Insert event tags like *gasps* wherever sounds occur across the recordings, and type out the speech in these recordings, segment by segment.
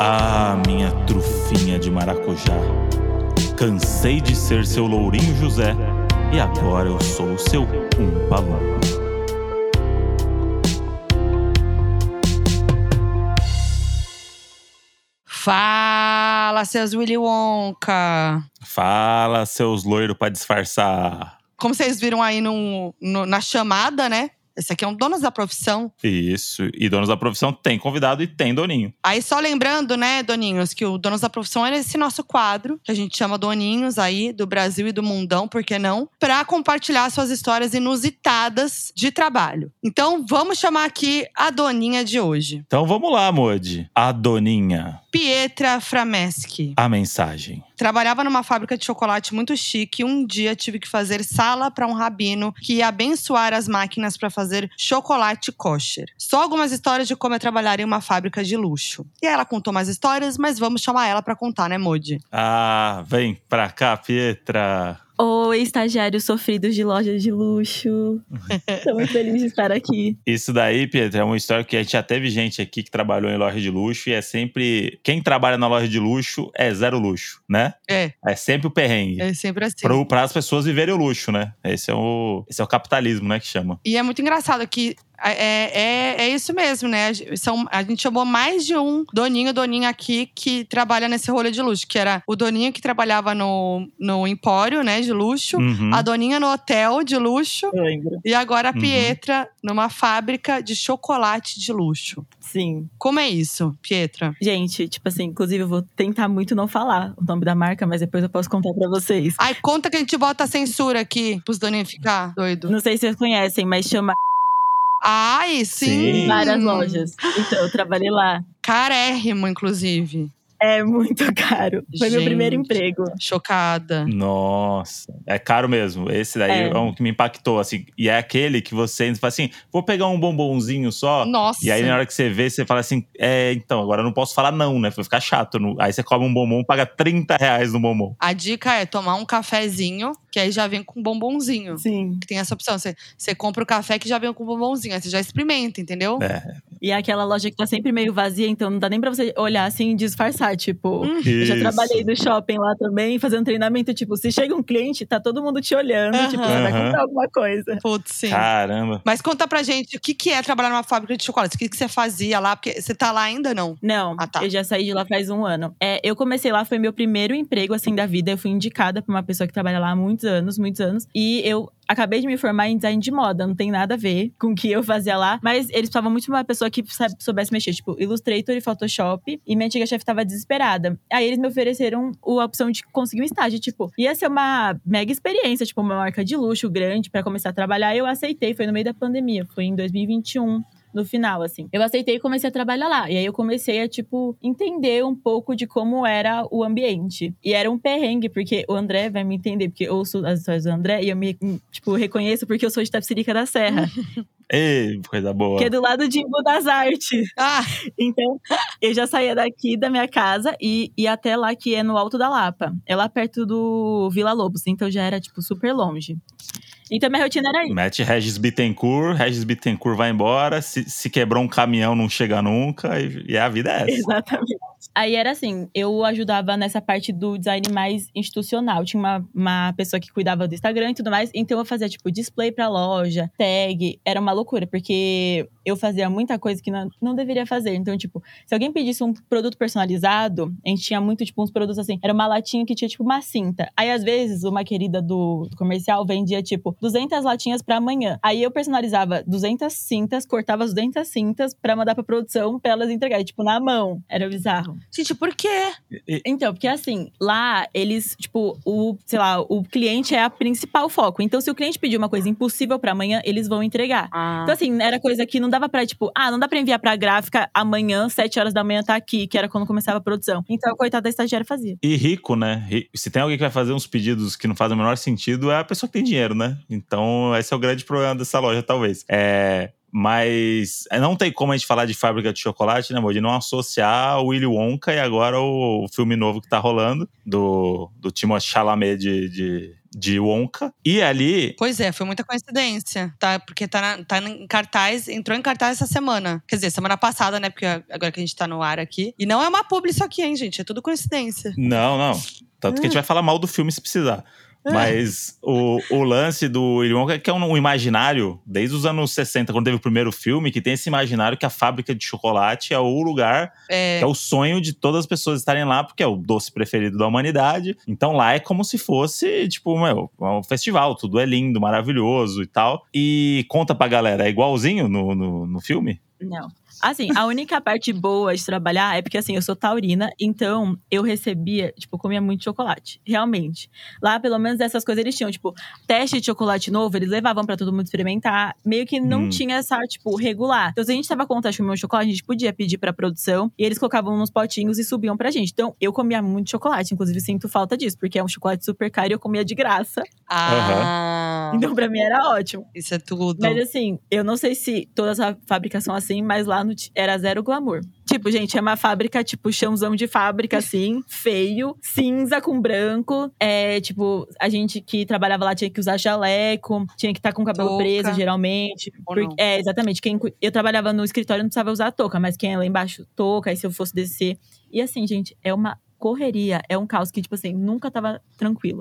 Ah, minha trufinha de maracujá. Cansei de ser seu lourinho José e agora eu sou o seu um Umpa Lumpa. Fala, seus Willy Wonka! Fala, seus loiros pra disfarçar. Como vocês viram aí no- no- na chamada, né? Esse aqui é um Donos da Profissão. Isso. E Donos da Profissão tem convidado e tem doninho. Aí só lembrando, né, Doninhos, que o Donos da Profissão é esse nosso quadro, que a gente chama Doninhos aí, do Brasil e do Mundão, por que não? Pra compartilhar suas histórias inusitadas de trabalho. Então, vamos chamar aqui a Doninha de hoje. Então vamos lá, Modi. A doninha, Pietra Frameschi. a mensagem. Trabalhava numa fábrica de chocolate muito chique. Um dia tive que fazer sala para um rabino que ia abençoar as máquinas para fazer chocolate kosher. Só algumas histórias de como é trabalhar em uma fábrica de luxo. E ela contou mais histórias, mas vamos chamar ela para contar, né, Modi? Ah, vem pra cá, Pietra. Oi, estagiários sofridos de lojas de luxo. Tô muito feliz de estar aqui. Isso daí, Pietra, é uma história que a gente já teve gente aqui que trabalhou em loja de luxo e é sempre. Quem trabalha na loja de luxo é zero luxo, né? É, É sempre o perrengue. é sempre assim. Para as pessoas viverem o luxo, né? Esse é o, esse é o capitalismo, né? Que chama. E é muito engraçado que é, é, é isso mesmo, né? A gen- São, a gente chamou mais de um doninho, doninha aqui, que trabalha nesse rolê de luxo. Que era o doninho que trabalhava no, no empório, né, de luxo. Uhum. A doninha no hotel de luxo. Lembro. E agora a Uhum. Pietra numa fábrica de chocolate de luxo. Sim. Como é isso, Pietra? Gente, tipo assim, inclusive eu vou tentar muito não falar o nome da marca, mas depois eu posso contar pra vocês. Ai, conta que a gente bota a censura aqui pros doninhos ficar doido. Não sei se vocês conhecem, mas chama Ai, sim. Sim. várias lojas. Então, eu trabalhei lá. Carérrimo, inclusive. É muito *laughs* caro. Foi meu Gente. primeiro emprego. Chocada. Nossa, é caro mesmo. Esse daí é. É. um que me impactou, assim. E é aquele que você fala assim: vou pegar um bombonzinho só. Nossa. E aí, né? na hora que você vê, você fala assim: é, então, agora eu não posso falar não, né? Vai ficar chato. Não- Aí você come um bombom, paga 30 reais no bombom. A dica é tomar um cafezinho, que aí já vem com bombonzinho. Sim. Tem essa opção. Você, você compra o café que já vem com bombonzinho. Aí você já experimenta, entendeu? É. E é aquela loja que tá sempre meio vazia, então não dá nem pra você olhar assim e disfarçar. Tipo, eu já Isso. trabalhei no shopping lá também, fazendo treinamento. Tipo, se chega um cliente, tá todo mundo te olhando. Tipo, você vai Aham. comprar alguma coisa. Putz, sim. Caramba. Mas conta pra gente o que, que é trabalhar numa fábrica de chocolate. O que, que você fazia lá? Porque você tá lá ainda não? Não, Ah, tá. eu já saí de lá faz um ano. É, eu comecei lá, foi meu primeiro emprego, assim, da vida. Eu fui indicada pra uma pessoa que trabalha lá há muitos anos, muitos anos. E eu acabei de me formar em design de moda, não tem nada a ver com o que eu fazia lá. Mas eles precisavam muito de uma pessoa que sa- soubesse mexer, tipo, Illustrator e Photoshop. E minha antiga chefe tava desesperada. Aí eles me ofereceram o- a opção de conseguir um estágio, tipo, ia ser uma mega experiência, tipo, uma marca de luxo grande pra começar a trabalhar. Eu aceitei, foi no meio da pandemia, foi em 2021 no final, assim. Eu aceitei e comecei a trabalhar lá. E aí eu comecei a, tipo, entender um pouco de como era o ambiente. E era um perrengue, porque o André vai me entender, porque eu ouço as histórias do André e eu me, tipo, reconheço porque eu sou de Tapsirica da Serra, Ei, coisa boa. que é do lado de Embu das Artes. Ah, Então, eu já saía daqui da minha casa e ia até lá, que é no Alto da Lapa. É lá perto do Vila Lobos, então já era, tipo, super longe. Então, minha rotina era isso. Mete Regis Bittencourt, Regis Bittencourt vai embora. Se, se quebrou um caminhão, não chega nunca. E, e a vida *laughs* é essa. Exatamente. Aí era assim, eu ajudava nessa parte do design mais institucional. Tinha uma, uma pessoa que cuidava do Instagram e tudo mais. Então eu fazia, tipo, display pra loja, tag. Era uma loucura, porque eu fazia muita coisa que não, não deveria fazer. Então, tipo, se alguém pedisse um produto personalizado, a gente tinha muito, tipo, uns produtos assim. Era uma latinha que tinha, tipo, uma cinta. Aí, às vezes, uma querida do, do comercial vendia, tipo, 200 latinhas pra amanhã. Aí eu personalizava 200 cintas, cortava as 200 cintas pra mandar pra produção pra elas entregarem, tipo, na mão. Era bizarro. gente, por quê? Então, porque assim, lá eles, tipo, o, sei lá, o cliente é a principal foco. Então, se o cliente pedir uma coisa impossível pra amanhã, eles vão entregar. Então, assim, era coisa que não dava pra, tipo, ah, não dá pra enviar pra gráfica amanhã, sete horas da manhã tá aqui, que era quando começava a produção. Então, a coitada da estagiária fazia. E rico, né? Ri- Se tem alguém que vai fazer uns pedidos que não fazem o menor sentido, é a pessoa que tem dinheiro, né? Então, esse é o grande problema dessa loja, talvez. É. Mas é, não tem como a gente falar de fábrica de chocolate, né, amor? De não associar o Willy Wonka e agora o filme novo que tá rolando, do, do Timothée Chalamet de, de de Wonka. E ali. Pois é, foi muita coincidência, tá? Porque tá, na- tá em cartaz, entrou em cartaz essa semana. Quer dizer, semana passada, né? Porque agora que a gente tá no ar aqui. E não é uma publi isso aqui, hein, gente? É tudo coincidência. Não, não. Tanto que a gente vai falar mal do filme se precisar. É. Mas o, o lance do Willy Wonka, que é um, um imaginário, desde os anos 60, quando teve o primeiro filme, que tem esse imaginário que a fábrica de chocolate é o lugar É, que é o sonho de todas as pessoas estarem lá, porque é o doce preferido da humanidade. Então lá é como se fosse, tipo, meu, um festival, tudo é lindo, maravilhoso e tal. E conta pra galera, é igualzinho no, no, no filme? Não. Assim, a única parte boa de trabalhar é porque, assim, eu sou taurina, então eu recebia, tipo, eu comia muito chocolate. Realmente. Lá, pelo menos, essas coisas eles tinham, tipo, teste de chocolate novo, eles levavam pra todo mundo experimentar. Meio que não Hum. tinha essa, tipo, regular. Então, se a gente tava com vontade de comer um chocolate, a gente podia pedir pra produção e eles colocavam nos potinhos e subiam pra gente. Então, eu comia muito chocolate. Inclusive, sinto falta disso, porque é um chocolate super caro e eu comia de graça. Ah, Então, pra mim era ótimo. isso é tudo. Mas assim, eu não sei se todas as fábricas são assim, mas lá no, ti- era zero glamour. Tipo, gente, é uma fábrica, tipo, chãozão de fábrica, assim, *laughs* feio, cinza com branco. É, tipo, a gente que trabalhava lá tinha que usar jaleco, tinha que estar com o cabelo Touca. preso, geralmente. Ou Porque- não. é, exatamente. Quem, cu- eu trabalhava no escritório não precisava usar touca, mas quem é lá embaixo, touca, aí se eu fosse descer. E assim, gente, é uma correria, é um caos que, tipo assim, nunca tava tranquilo.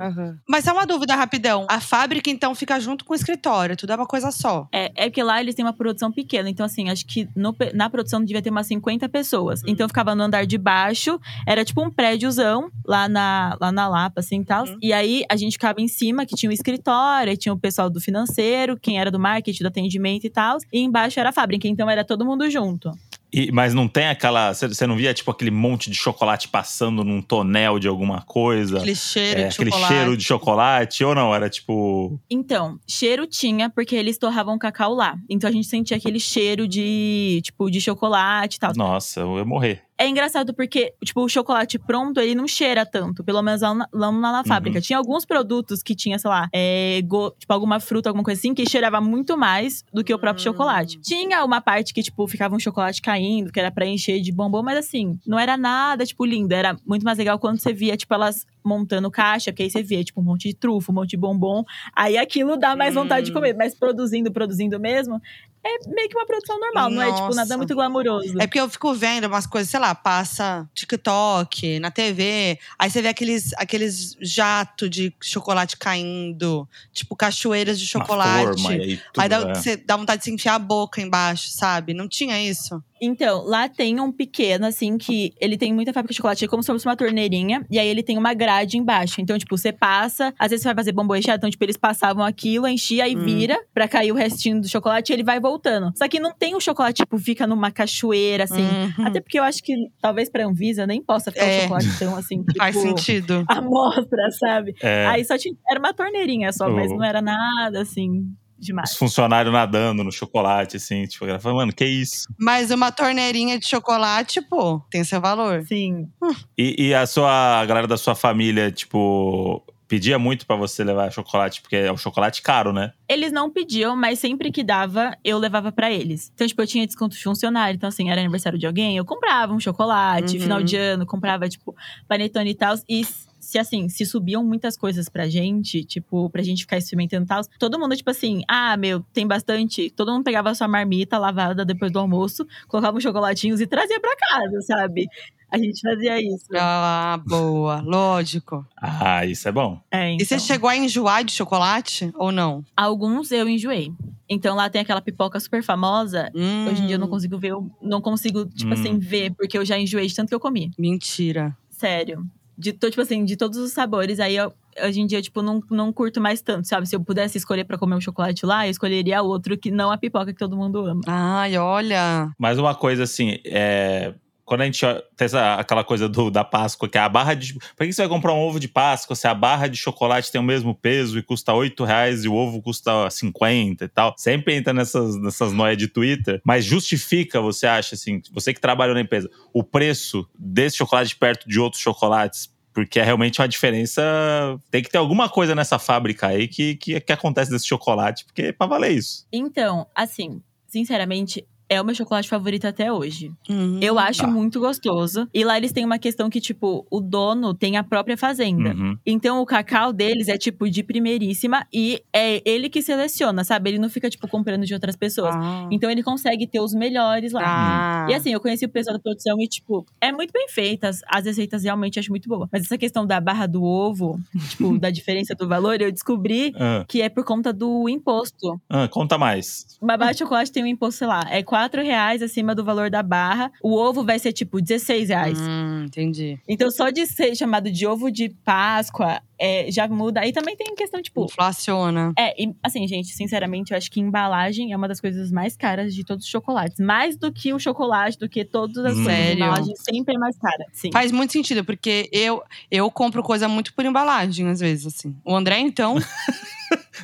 Mas é uma dúvida rapidão. A fábrica, então, fica junto com o escritório, tudo é uma coisa só. É, é porque lá eles têm uma produção pequena. Então, assim, acho que no pe- na produção devia ter umas 50 pessoas. Então, ficava no andar de baixo. Era tipo um prédiozão lá na, lá na Lapa, assim, e tal. Uhum. E aí, a gente ficava em cima, que tinha o escritório. aí Tinha o pessoal do financeiro, quem era do marketing, do atendimento e tal. E embaixo era a fábrica. Então, era todo mundo junto. E- mas não tem aquela. Você não via, tipo, aquele monte de chocolate passando num tonel de alguma coisa? Aquele cheiro É, de aquele chocolate. cheiro de chocolate? Ou não? Era tipo. Então, cheiro tinha, porque eles torravam cacau lá. Então, a gente sentia aquele cheiro de, tipo, de chocolate e Ah, tal. Nossa, eu Ah, ia morrer. É engraçado porque, tipo, o chocolate pronto, ele não cheira tanto. Pelo menos lá na, lá na- na fábrica. Tinha alguns produtos que tinha, sei lá, é, go- tipo, alguma fruta, alguma coisa assim, que cheirava muito mais do que o próprio Hum. chocolate. Tinha uma parte que, tipo, ficava um chocolate caindo, que era pra encher de bombom, mas assim, não era nada, tipo, lindo. Era muito mais legal quando você via, tipo, elas montando caixa, porque aí você via, tipo, um monte de trufa, um monte de bombom. Aí aquilo dá mais vontade de Hum. comer. Mas produzindo, produzindo mesmo, é meio que uma produção normal, não é, tipo, Nossa. nada muito glamouroso. É porque eu fico vendo umas coisas, sei lá, passa TikTok, na TV. Aí você vê aqueles, aqueles jato de chocolate caindo. Tipo, cachoeiras de uma chocolate. forma, e aí tudo, aí dá, um- é. você dá vontade de se enfiar a boca embaixo, sabe? Não tinha isso? Então, lá tem um pequeno, assim, que ele tem muita fábrica de chocolate, é como se fosse uma torneirinha, e aí ele tem uma grade embaixo. Então, tipo, você passa, às vezes você vai fazer bombom recheado, então, tipo, eles passavam aquilo, enchia e Hum. vira pra cair o restinho do chocolate e ele vai voltando. Só que não tem o chocolate, tipo, fica numa cachoeira, assim. Uhum. Até porque eu acho que talvez pra Anvisa nem possa ficar É. um chocolate tão assim, tipo, *laughs* Faz sentido. *laughs* amostra, sabe? É, Aí só tinha. Era uma torneirinha só, mas Oh. não era nada assim demais. os funcionários nadando no chocolate, assim, tipo, a galera fala, mano, que isso? Mas uma torneirinha de chocolate, pô, tem seu valor. Sim. E, e a sua a galera da sua família, tipo, pedia muito pra você levar chocolate, porque é um chocolate caro, né? Eles não pediam, mas sempre que dava, eu levava pra eles. Então, tipo, eu tinha desconto de funcionário. Então, assim, era aniversário de alguém, eu comprava um chocolate, Uhum. final de ano, comprava, tipo, panetone e tal. E se assim, se subiam muitas coisas pra gente, tipo, pra gente ficar experimentando e tal, todo mundo, tipo assim, ah, meu, tem bastante. Todo mundo pegava a sua marmita lavada depois do almoço, colocava uns chocolatinhos e trazia pra casa, sabe? A gente fazia isso. Ah, boa, lógico. Ah, isso é bom. É, E você então. chegou a enjoar de chocolate ou não? Alguns eu enjoei. Então lá tem aquela pipoca super famosa Hoje em dia eu não Hum, consigo ver, eu não consigo, tipo Hum. assim, ver, porque eu já enjoei de tanto que eu comi. Mentira. Sério. De, to- tipo assim, de todos os sabores, aí eu- hoje em dia, tipo, não, não curto mais tanto, sabe? Se eu pudesse escolher pra comer um chocolate lá, eu escolheria outro que não a pipoca que todo mundo ama. Ai, olha. Mas uma coisa assim, é. Quando a gente ó- tem essa, aquela coisa do, da Páscoa, que é a barra de. Pra que você vai comprar um ovo de Páscoa se a barra de chocolate tem o mesmo peso e custa 8 reais e o ovo custa 50 e tal? Sempre entra nessas, nessas noias de Twitter. Mas justifica, você acha, assim, você que trabalhou na empresa, o preço desse chocolate perto de outros chocolates? Porque é realmente uma diferença. Tem que ter alguma coisa nessa fábrica aí que, que, que acontece desse chocolate, porque é pra valer isso. Então, assim, sinceramente, é o meu chocolate favorito até hoje. Hum. Eu acho Ah. muito gostoso. E lá eles têm uma questão que, tipo, o dono tem a própria fazenda. Uhum. Então o cacau deles é tipo de primeiríssima e é ele que seleciona, sabe? Ele não fica tipo comprando de outras pessoas. Ah. Então ele consegue ter os melhores lá. Ah. E assim, eu conheci o pessoal da produção e, tipo, é muito bem feita. As, as receitas realmente acho muito boa. Mas essa questão da barra do ovo, tipo, da diferença do valor, eu descobri Ah, que é por conta do imposto. ah, conta mais. Uma barra de chocolate tem um imposto, sei lá, é R$ 4 reais acima do valor da barra. O ovo vai ser, tipo, 16 reais. Hum, entendi. Então, só de ser chamado de ovo de Páscoa, é, já muda. Aí também tem questão, tipo. Inflaciona. É, e, assim, gente, sinceramente, eu acho que embalagem é uma das coisas mais caras de todos os chocolates. Mais do que o chocolate, do que todas as coisas. Sério? Embalagem sempre é mais cara. Sim. Faz muito sentido, porque eu, eu compro coisa muito por embalagem, às vezes, assim. O André, então,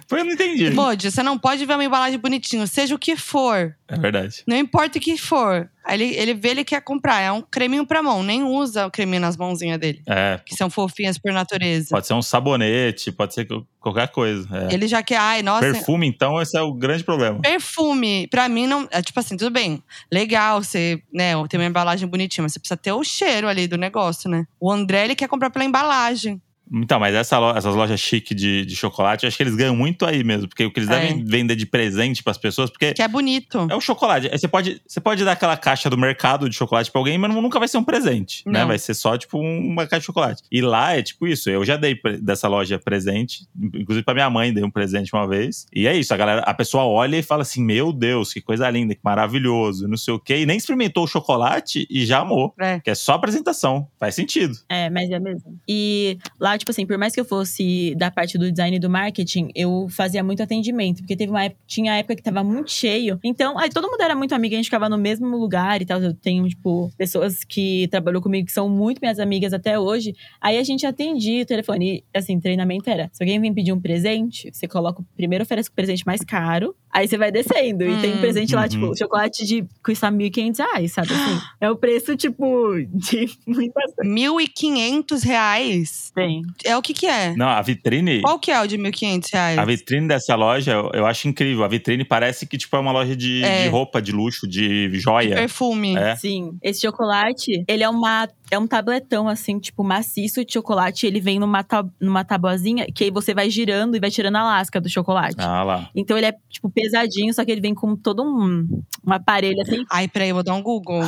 Foi, eu não entendi. Bode, você não pode ver uma embalagem bonitinha, seja o que for. É verdade. Não importa o que for. Aí Ele, ele vê, ele quer comprar. É um creminho pra mão. Nem usa o creminho nas mãozinhas dele. É, Que são fofinhas por natureza. pode ser um sabonete, pode ser co- qualquer coisa. é. Ele já quer, ai, nossa. Perfume, então, esse é o grande problema. Perfume, pra mim, não. É tipo assim, tudo bem. Legal, você, né, tem uma embalagem bonitinha, mas você precisa ter o cheiro ali do negócio, né? O André, ele quer comprar pela embalagem. Então, mas essa lo- essas lojas chique de, de chocolate, eu acho que eles ganham muito aí mesmo. Porque o que eles É. devem vender de presente pras pessoas, porque Que é bonito. é o chocolate. Aí Você pode, você pode dar aquela caixa do mercado de chocolate pra alguém, mas não- nunca vai ser um presente, né? Não. Vai ser só, tipo, um- uma caixa de chocolate. E lá é tipo isso. Eu já dei pre- dessa loja presente, inclusive pra minha mãe dei um presente uma vez. E é isso, a galera, a pessoa olha e fala assim: Meu Deus, que coisa linda, que maravilhoso, não sei o quê. E nem experimentou o chocolate e já amou. É. Que é só apresentação. Faz sentido. É, mas é mesmo. E lá, tipo assim, por mais que eu fosse da parte do design e do marketing, eu fazia muito atendimento. Porque teve uma época, tinha época que tava muito cheio. Então, aí todo mundo era muito amigo, a gente ficava no mesmo lugar e tal. Eu tenho, tipo, pessoas que trabalhou comigo que são muito minhas amigas até hoje. Aí a gente atendia o telefone. E, assim, treinamento era: se alguém vir pedir um presente, você coloca, o- primeiro oferece o presente mais caro, aí você vai descendo. E tem Hum. presente lá, Uhum. tipo, chocolate de custa 1.500 reais, sabe? Assim, é o preço, tipo, de *laughs* muitas R$ 1.500 reais? Tem. É o que que é? Não, a vitrine. Qual que é o de 1.500 reais? A vitrine dessa loja, eu- eu acho incrível. A vitrine parece que tipo é uma loja de, É. de roupa, de luxo, de De joia. perfume. É. Sim. Esse chocolate, ele é uma é um tabletão assim, tipo maciço de chocolate, ele vem numa ta- numa tabuazinha que aí você vai girando e vai tirando a lasca do chocolate. Ah lá. Então ele é tipo pesadinho, só que ele vem com todo um um aparelho assim. Ai, peraí, eu vou dar um Google.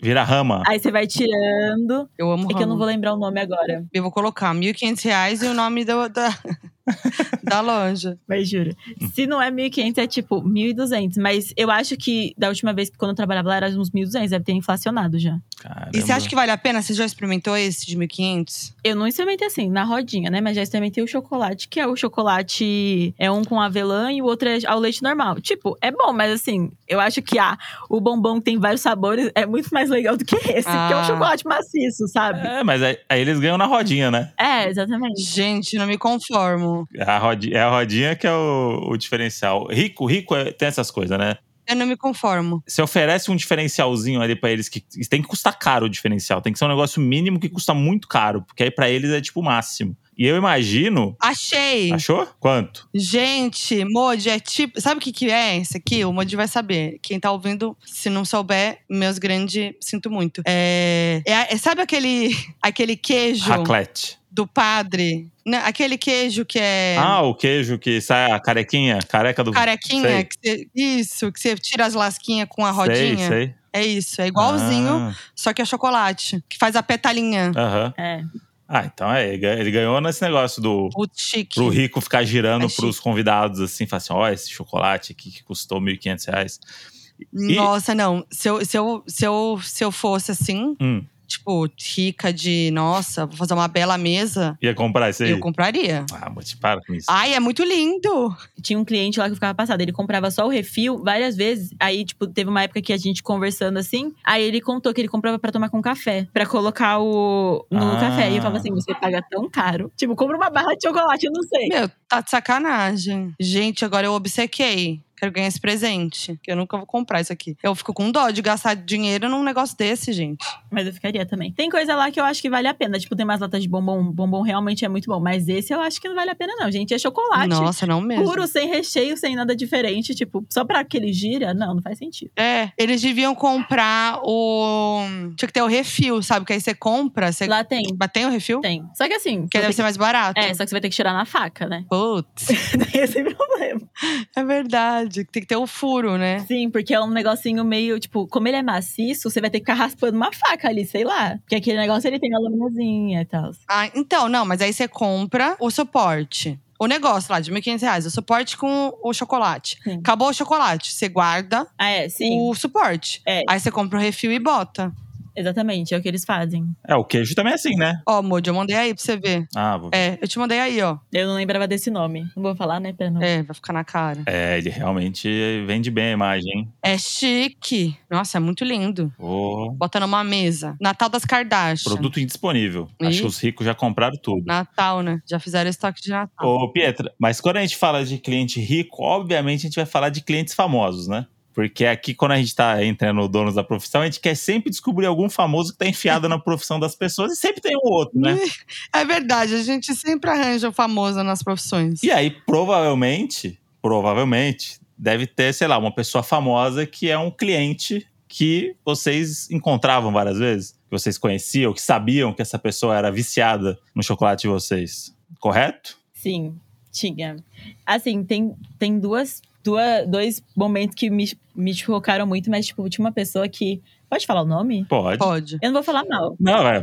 Vira rama. Aí você vai tirando. Eu amo Ah, É que eu não ramo. vou lembrar o nome agora, Eu vou colocar R$ 1.500 reais e o nome do- *laughs* da, da loja. mas juro. Hum. Se não é 1.500, é tipo 1.200. Mas eu acho que da última vez que quando eu trabalhava lá era uns 1.200, deve ter inflacionado já. Caramba. E você acha que vale a pena? Você já experimentou esse de 1.500? Eu não experimentei assim, na rodinha, né? Mas já experimentei o chocolate, que é o chocolate. É um com avelã e o outro é ao leite normal. Tipo, é bom, mas assim, eu acho que ah, o bombom que tem vários sabores é muito mais legal do que esse, que é Ah. um chocolate maciço, sabe? É, mas aí, aí eles ganham na rodinha, né? É, exatamente. Gente, não me conformo. A rodi- é a rodinha que é o, o diferencial. Rico, rico é- tem essas coisas, né? Eu não me conformo. Você oferece um diferencialzinho ali pra eles que tem que custar caro o diferencial. Tem que ser um negócio mínimo que custa muito caro, porque aí pra eles é tipo o máximo. E eu imagino. Achei! Achou? Quanto? Gente, Modi é tipo. Sabe o que, que é esse aqui? O Modi vai saber. Quem tá ouvindo, se não souber, meus grandes, sinto muito. É, é, a- é- sabe aquele, *laughs* aquele queijo Raclette. do padre? Não, aquele queijo que é. Ah, o queijo que sai a carequinha, careca do. Carequinha, sei. que você- isso, que você tira as lasquinhas com a Sei, rodinha. sei. É isso, é igualzinho, só que é chocolate, que faz a petalinha. Ah, aham. É. Ah, então é, ele ganhou- ele ganhou nesse negócio do Muito chique. pro rico ficar girando Achei. pros convidados assim, falar assim, ó, esse chocolate aqui que custou 1.500 reais. E- Nossa, não. Se eu, se, eu, se, eu, se eu fosse assim, Hum, tipo, rica de, nossa, vou fazer uma bela mesa, ia comprar isso aí? eu compraria. Ah, mas para com isso. Ai, é muito lindo. Tinha um cliente lá que eu ficava passado, ele comprava só o refil várias vezes. Aí, tipo, teve uma época que a gente conversando assim, aí ele contou que ele comprava pra tomar com café, pra colocar o no Ah. café. E eu falava assim, você paga tão caro. Tipo, compra uma barra de chocolate, eu não sei. Meu, tá de sacanagem. Gente, agora eu obsequei. Quero ganhar esse presente. Que eu nunca vou comprar isso aqui. Eu fico com dó de gastar dinheiro num negócio desse, gente. Mas eu ficaria também. Tem coisa lá que eu acho que vale a pena. Tipo, tem umas latas de bombom. Bombom realmente é muito bom. Mas esse eu acho que não vale a pena, não, gente. É chocolate. Nossa, não mesmo. Puro, sem recheio, sem nada diferente. Tipo, só pra que ele gira? Não, não faz sentido. É, eles deviam comprar o. Tinha que ter o refil, sabe? Que aí você compra, você. Lá tem. Mas tem o refil? Tem. Só que assim. Que deve você vai ser ter mais barato. que- É, só que você vai ter que tirar na *laughs* faca, né? Putz, *laughs* Tem esse problema. é verdade. Tem que ter o furo, né? Sim, porque é um negocinho meio, tipo, como ele é maciço, você vai ter que ficar raspando uma faca ali, sei lá. Porque aquele negócio ele tem a laminazinha e tal. Ah, então, não, mas aí você compra o suporte. O negócio lá de R$ 1.500, reais, o suporte com o chocolate. Sim. Acabou o chocolate, você guarda Ah, é, sim. o suporte. É. Aí você compra o refil e bota. Exatamente, é o que eles fazem. É, o queijo também é assim, né? Ó, Moody, eu mandei aí pra você ver. Ah, vou... é. É, eu te mandei aí, ó. Eu não lembrava desse nome. Não vou falar, né, pra não. É, vai ficar na cara. É, ele realmente vende bem a imagem, hein? É chique. Nossa, é muito lindo. Ô, Bota numa mesa. Natal das Kardashian. produto indisponível. Acho Ih. que os ricos já compraram tudo. Natal, né? Já fizeram estoque de Natal. Ô, Pietra, mas quando a gente fala de cliente rico, obviamente a gente vai falar de clientes famosos, né? Porque aqui, quando a gente tá entrando no donos da profissão, a gente quer sempre descobrir algum famoso que tá enfiado na profissão das pessoas e sempre tem um outro, né? É verdade, a gente sempre arranja o famoso nas profissões. E é aí, provavelmente, provavelmente, deve ter, sei lá, uma pessoa famosa que é um cliente que vocês encontravam várias vezes, que vocês conheciam, que sabiam que essa pessoa era viciada no chocolate de vocês. Correto? Sim, tinha. Assim, tem, tem duas, duas, dois momentos que me, me chocaram muito, mas, tipo, tinha uma pessoa que. Pode falar o nome? Pode. Pode. Eu não vou falar mal. Não, é,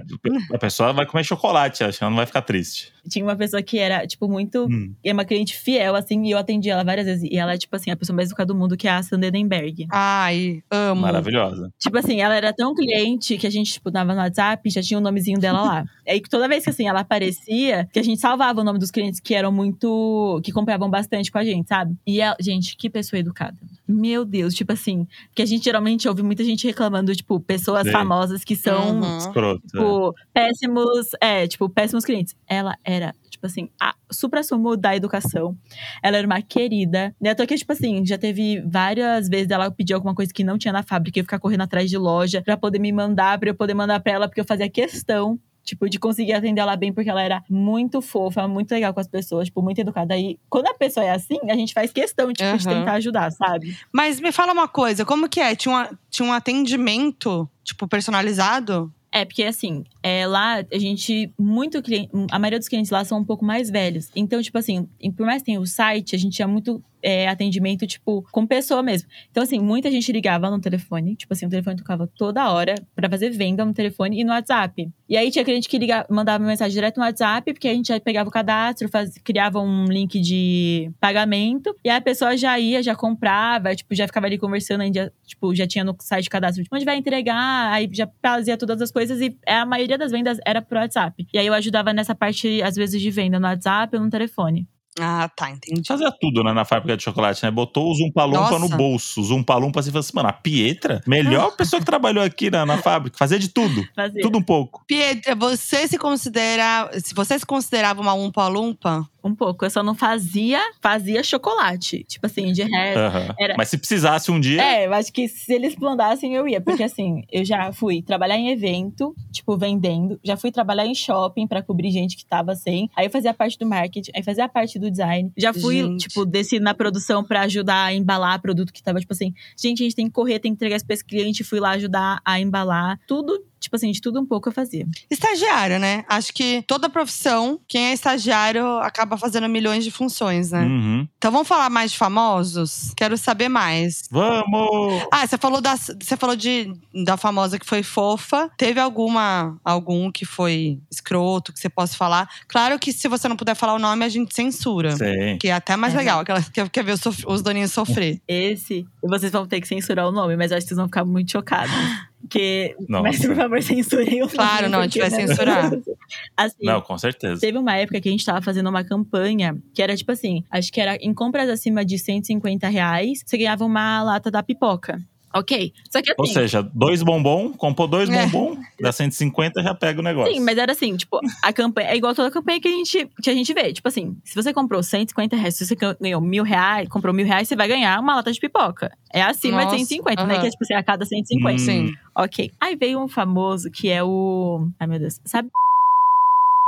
a pessoa vai comer chocolate, acho que ela não vai ficar triste. Tinha uma pessoa que era, tipo, muito. Hum. É uma cliente fiel, assim, e eu atendi ela várias vezes. E ela é, tipo assim, a pessoa mais educada do mundo, que é a Sandenberg. Ai, amo. Hum, Maravilhosa. Tipo assim, ela era tão cliente que a gente, tipo, dava no WhatsApp, já tinha o nomezinho dela lá. Aí que toda vez que, assim, ela aparecia, que a gente salvava o nome dos clientes que eram muito… Que compravam bastante com a gente, sabe? E, ela, gente, que pessoa educada. Meu Deus, tipo assim… Que a gente geralmente ouve muita gente reclamando, tipo, pessoas Sim. famosas que são… Uhum. Escrota. Tipo, péssimos, é, tipo, péssimos clientes. Ela era, tipo assim, a supra-sumo da educação. Ela era uma querida. Né? Tô aqui, tipo assim, já teve várias vezes ela pedir alguma coisa que não tinha na fábrica, eu ficar correndo atrás de loja pra poder me mandar, pra eu poder mandar pra ela, porque eu fazia questão. Tipo, de conseguir atender ela bem, porque ela era muito fofa, muito legal com as pessoas, tipo, muito educada. E quando a pessoa é assim, a gente faz questão, tipo, de Aham. tentar ajudar, sabe? Mas me fala uma coisa, como que é? Tinha, um- tinha um atendimento, tipo, personalizado? É, porque assim, é, lá a gente. Muito cliente. A maioria dos clientes lá são um pouco mais velhos. Então, tipo assim, em- por mais que tenha o site, a gente tinha muito é, atendimento, tipo, com pessoa mesmo. Então, assim, muita gente ligava no telefone. Tipo assim, o telefone tocava toda hora pra fazer venda no telefone e no WhatsApp. E aí tinha cliente que ligava, mandava mensagem direto no WhatsApp, porque a gente já pegava o cadastro, faz- criava um link de pagamento. E aí a pessoa já ia, já comprava, tipo, já ficava ali conversando, ainda, tipo, já tinha no site de cadastro tipo, onde vai entregar, aí já fazia todas as coisas e a maioria das vendas era pro WhatsApp. E aí eu ajudava nessa parte, às vezes, de venda no WhatsApp ou no telefone. Ah, tá, entendi. Fazia tudo né, na fábrica de chocolate, né? Botou o Zumpalumpa Nossa. no bolso. Zumpalumpa assim, falou assim, mano, a Pietra, melhor pessoa que trabalhou aqui na, na fábrica. Fazia de tudo, Fazia. tudo um pouco. Pietra, você se considera. Se você se considerava uma umpa-lumpa? Um pouco. Eu só não fazia, fazia chocolate. Tipo assim, de resto. Aham. *laughs* era- Mas se precisasse um dia, É, eu acho que se eles mandassem, eu ia. Porque assim, eu já fui trabalhar em evento, tipo, vendendo. Já fui trabalhar em shopping pra cobrir gente que tava sem. Aí eu fazia parte do marketing, aí fazia parte do design. Já fui, Gente. tipo, desci na produção pra ajudar a embalar produto que tava, tipo assim… Gente, a gente tem que correr, tem que entregar isso pra esse cliente. Fui lá ajudar a embalar. Tudo, tipo assim, de tudo um pouco eu fazia. Estagiário, né? Acho que toda profissão, quem é estagiário acaba fazendo milhões de funções, né? Uhum. Então vamos falar mais de famosos? Quero saber mais. vamos! Ah, você falou, das, você falou de, da famosa que foi fofa. Teve alguma algum que foi escroto, que você possa falar? Claro que se você não puder falar o nome, a gente censura. Sim. Que é até mais É. legal, aquela que quer ver os, sof- os doninhos sofrer. Esse… E vocês vão ter que censurar o nome, mas eu acho que vocês vão ficar muito chocados. *laughs* Porque… Nossa. *laughs* Mas, assim, por favor, censurem o nome. Claro, não, a gente porque, vai né? censurar. *laughs* assim, Não, com certeza. Teve uma época que a gente tava fazendo uma campanha que era tipo assim: acho que era em compras acima de 150 reais, você ganhava uma lata da pipoca. Ok. Só que assim. Ou seja, dois bombom, compor dois É. bombom, dá 150 já pega o negócio. Sim, mas era assim, tipo, a campanha. É igual toda campanha que a gente, que a gente vê. Tipo assim, se você comprou 150 reais, se você can- ganhou mil reais, comprou mil reais, você vai ganhar uma lata de pipoca. É acima Nossa, de 150, né? aham. Que é tipo assim, a cada 150. Hum. Sim. Ok. Aí veio um famoso que é o. Ai, meu Deus. Sabe? *laughs*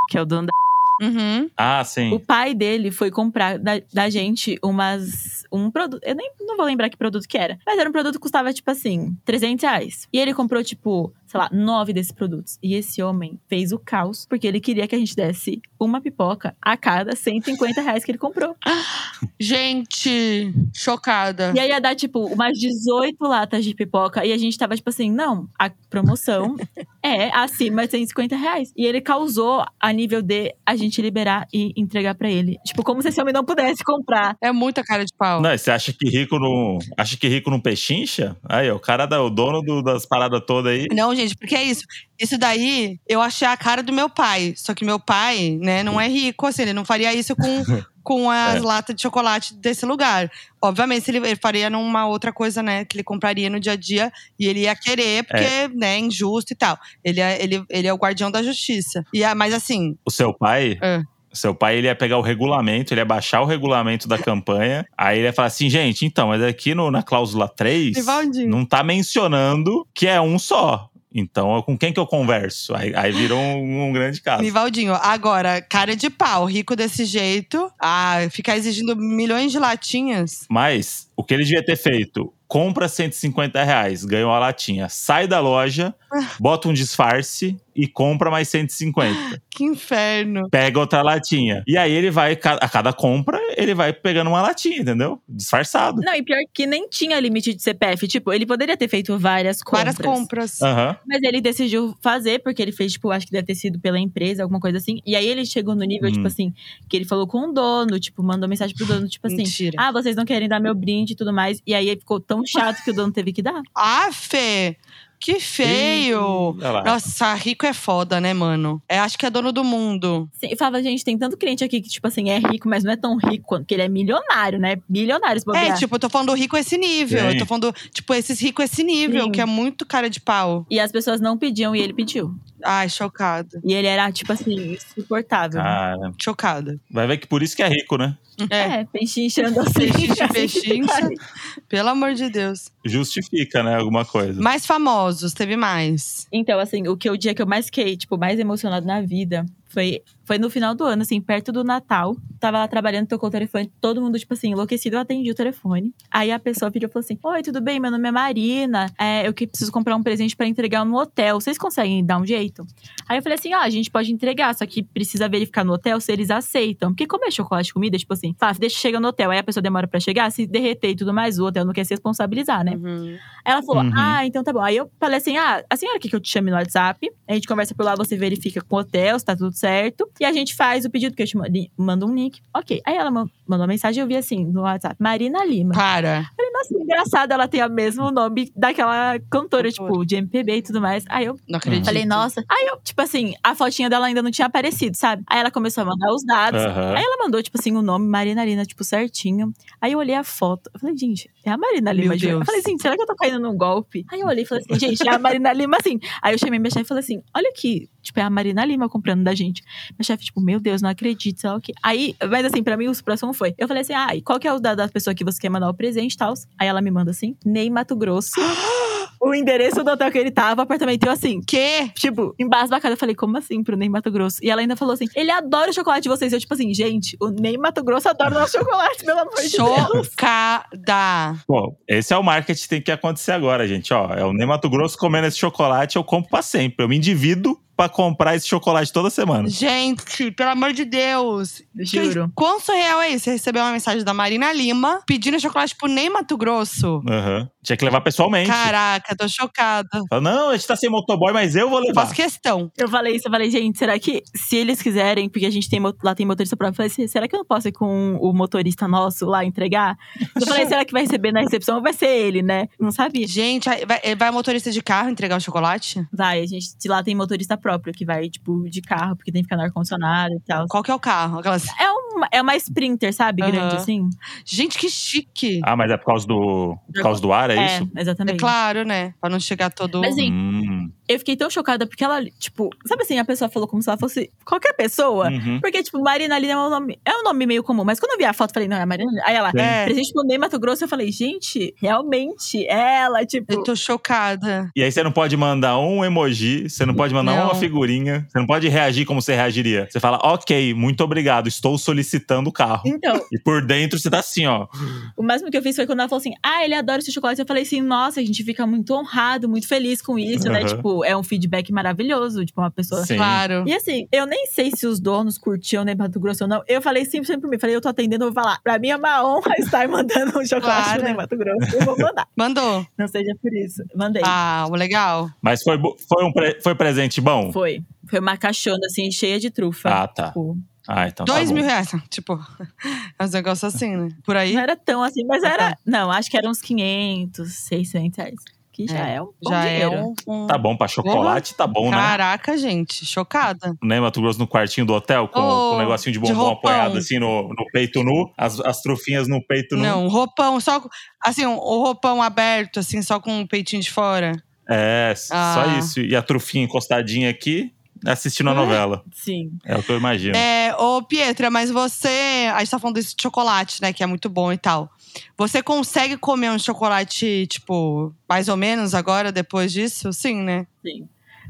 Que é o dono da. Uhum. Ah, O sim. pai dele foi comprar da, da gente umas. Um produto. Eu nem não vou lembrar que produto que era. Mas era um produto que custava, tipo assim, 300 reais. E ele comprou, tipo, sei lá, nove desses produtos. E esse homem fez o caos, porque ele queria que a gente desse uma pipoca a cada 150 reais que ele comprou. Gente, chocada. E aí ia dar, tipo, umas 18 latas de pipoca. E a gente tava, tipo assim, não, a promoção é acima de 150 reais. E ele causou a nível de a gente liberar e entregar pra ele. Tipo, como se esse homem não pudesse comprar. É muita cara de pau. Não, e você acha que rico não. Acha que rico não pechincha? Aí, ó, o cara da, o dono do- das paradas todas aí. Não, gente, porque é isso. Isso daí eu achei a cara do meu pai. Só que meu pai, né, não é rico, assim, ele não faria isso *laughs* com, com as É. latas de chocolate desse lugar. Obviamente, se ele, ele faria numa outra coisa, né, que ele compraria no dia a dia e ele ia querer, porque, né, é injusto e tal. Ele é, ele, ele é o guardião da justiça. E, a- mas assim, O seu pai. É. o Seu pai, ele ia pegar o regulamento, ele ia baixar o regulamento da campanha. Aí ele ia falar assim, gente, então, mas aqui no- na cláusula 3, Rivaldinho. não tá mencionando que é um só. Então, eu- com quem que eu converso? Aí, aí virou um, um grande caso. Nivaldinho, agora, cara de pau, rico desse jeito, ah, ficar exigindo milhões de latinhas. Mas o que ele devia ter feito? Compra 150 reais, ganhou a latinha, sai da loja, bota um disfarce e compra mais 150. Que inferno. Pega outra latinha. E aí ele vai, ca- a cada compra, ele vai pegando uma latinha, entendeu? Disfarçado. Não, e pior que nem tinha limite de CPF. Tipo, ele poderia ter feito várias compras. Várias compras. Aham. Mas ele decidiu fazer, porque ele fez, tipo, acho que deve ter sido pela empresa, alguma coisa assim. E aí ele chegou no nível, Hum. tipo assim, que ele falou com o dono, tipo, mandou mensagem pro dono, tipo assim. Mentira. Ah, vocês não querem dar meu brinde e tudo mais. E aí ficou tão chato que o dono teve que dar. Ah, Fê! Que feio! Ih, olha lá. Nossa, rico é foda, né, mano? É, acho que é dono do mundo. Sim, E falava, gente, tem tanto cliente aqui que, tipo assim, é rico, mas não é tão rico quanto que ele é milionário, né? Milionário, se É, bobear. tipo, eu tô falando rico a esse nível. Sim. Eu tô falando, tipo, esses ricos a esse nível, Sim. que é muito cara de pau. E as pessoas não pediam e ele pediu. Ai, chocada. E ele era, tipo assim, insuportável. Cara, Chocada. vai ver que por isso que é rico, né? É. É, pechinchando assim. Peixe de assim, *laughs* pechincha. Pelo amor de Deus. Justifica, né? Alguma coisa. Mais famosos, teve mais. Então, assim, o que o dia que eu mais fiquei, tipo, mais emocionado na vida foi, foi no final do ano, assim, perto do Natal. Tava lá trabalhando, tocou o telefone, todo mundo, tipo assim, enlouquecido, eu atendi o telefone. Aí a pessoa virou e falou assim: Oi, tudo bem? Meu nome é Marina. É, eu que preciso comprar um presente pra entregar no hotel. Vocês conseguem dar um jeito? Aí eu falei assim: ó, a gente pode entregar, só que precisa verificar no hotel se eles aceitam. Porque como é chocolate e comida, tipo assim, fala, deixa chega no hotel, aí a pessoa demora pra chegar, se derreter e tudo mais, o hotel não quer se responsabilizar, né? Uhum. Ela falou, Uhum. ah, então tá bom. Aí eu falei assim, ah, a senhora quer que eu te chame no WhatsApp? A gente conversa por lá, você verifica com o hotel, se tá tudo certo. E a gente faz o pedido, que eu te ma- li- mando um link. Ok. Aí ela ma- mandou uma mensagem, eu vi assim, no WhatsApp, Marina Lima. Para. Falei, nossa, que engraçado, ela tem o mesmo nome daquela cantora, Cantora. tipo, de MPB e tudo mais. Aí eu Uhum. Não acredito. falei, nossa. Aí eu, tipo assim, a fotinha dela ainda não tinha aparecido, sabe? Aí ela começou a mandar os dados. Aham. Aí ela mandou, tipo assim, o nome Marina Lima, tipo, certinho. Aí eu olhei a foto. Eu falei, gente, é a Marina Meu Lima. de verdade. Deus. Eu falei assim, será que eu tô caindo num golpe? Aí eu olhei e falei assim, gente, é a Marina Lima, assim. Aí eu chamei minha chefe e falei assim, olha aqui, tipo, é a Marina Lima comprando da gente. Minha chefe, tipo, meu Deus, não acredito, sei lá o quê. Aí, mas assim, pra mim, o próximo foi. Eu falei assim, ah, e qual que é o da, da pessoa que você quer mandar o presente e tal? Aí ela me manda assim, Ney *gasps* Mato Grosso. o endereço do hotel que ele tava, apartamento. E eu assim, Quê? Tipo, embasbacada. Eu falei, como assim pro Ney Mato Grosso? E ela ainda falou assim: ele adora o chocolate de vocês. Eu, tipo assim, gente, o Ney Mato Grosso adora o nosso chocolate, pelo amor de Deus. Chocada. Pô, esse é o marketing que tem que acontecer agora, gente. Ó, é o Ney Mato Grosso comendo esse chocolate, eu compro pra sempre. Eu me endivido pra comprar esse chocolate toda semana. Gente, pelo amor de Deus. Juro. Quão surreal é isso? Você recebeu uma mensagem da Marina Lima pedindo chocolate pro Ney Mato Grosso. Aham. Tinha que levar pessoalmente. Caraca, tô chocada. Fala, não, a gente tá sem motoboy, mas eu vou levar. Faço questão. Eu falei isso, eu falei, gente, será que se eles quiserem, porque a gente tem mo- lá tem motorista próprio, eu falei, assim, será que eu não posso ir com o motorista nosso lá entregar? Eu falei, será que vai receber na recepção ou vai ser ele, né? Não sabia. Gente, aí vai, eh, vai motorista de carro entregar o chocolate? Vai, a gente lá tem motorista próprio que vai, tipo, de carro, porque tem que ficar no ar-condicionado e tal. Qual que é o carro? Aquelas. É um uma, é uma sprinter, sabe? Aham. Grande, assim. Gente, que chique. Ah, mas é por causa do, por causa do ar, é, isso? exatamente. É claro, né? Pra não chegar todo. Mas, assim, Hum, Eu fiquei tão chocada porque ela, tipo, sabe assim, a pessoa falou como se ela fosse qualquer pessoa. uhum. Porque, tipo, Marina Lina é um nome, é um nome meio comum, mas quando eu vi a foto, eu falei, não, é a Marina. Aí ela, Sim. É. presente pro Ney Mato Grosso, eu falei, gente, realmente, é ela, tipo. Eu tô chocada. E aí você não pode mandar um emoji, você não pode mandar Não. uma figurinha, você não pode reagir como você reagiria. Você fala, ok, muito obrigado, estou solicitando o carro. Então, E por dentro você tá assim, ó. o máximo que eu fiz foi quando ela falou assim: ah, ele adora esse chocolate. Eu falei assim: nossa, a gente fica muito honrado, muito feliz com isso, né? Aham. Tipo, é um feedback maravilhoso, tipo, uma pessoa. Sim. Claro. E assim, eu nem sei se os donos curtiam Ney Mato Grosso ou não. Eu falei sempre, sempre pra mim, falei, eu tô atendendo, eu vou falar. Pra mim é uma honra *laughs* estar mandando um chocolate Claro. pro Ney Mato Grosso. Eu vou mandar. Mandou. Não seja por isso. Mandei. Ah, legal. Então Mas foi, bo- foi, um pre- foi presente bom? Foi. Foi uma caixona, assim, cheia de trufa. Ah, tá. Tipo, Ah, então Dois tá bom. mil reais. *laughs* Tipo, é uns negócios assim, né? Por aí. não era tão assim, mas era. tá. Não, acho que eram uns 500, 600 reais. Que já é, um bom Já dinheiro. é um. um- Tá bom, pra chocolate tá bom, né? Caraca, gente, chocada. Né, Mato Grosso no quartinho do hotel, com, Oh, com um negocinho de de bombom roupão. apoiado assim no, no peito nu, as, as trufinhas no peito nu. Não, um roupão, só. com- Assim, um- o roupão aberto, assim, só com o peitinho de fora. É, s- só Ah. Né? isso. E a trufinha encostadinha aqui, assistindo a É. novela. Sim. É o que eu imagino. É, ô Pietra, mas você. A gente tá falando isso de chocolate, né? Que é muito bom e tal. Você consegue comer um chocolate, tipo, mais ou menos agora, depois disso? Sim, né?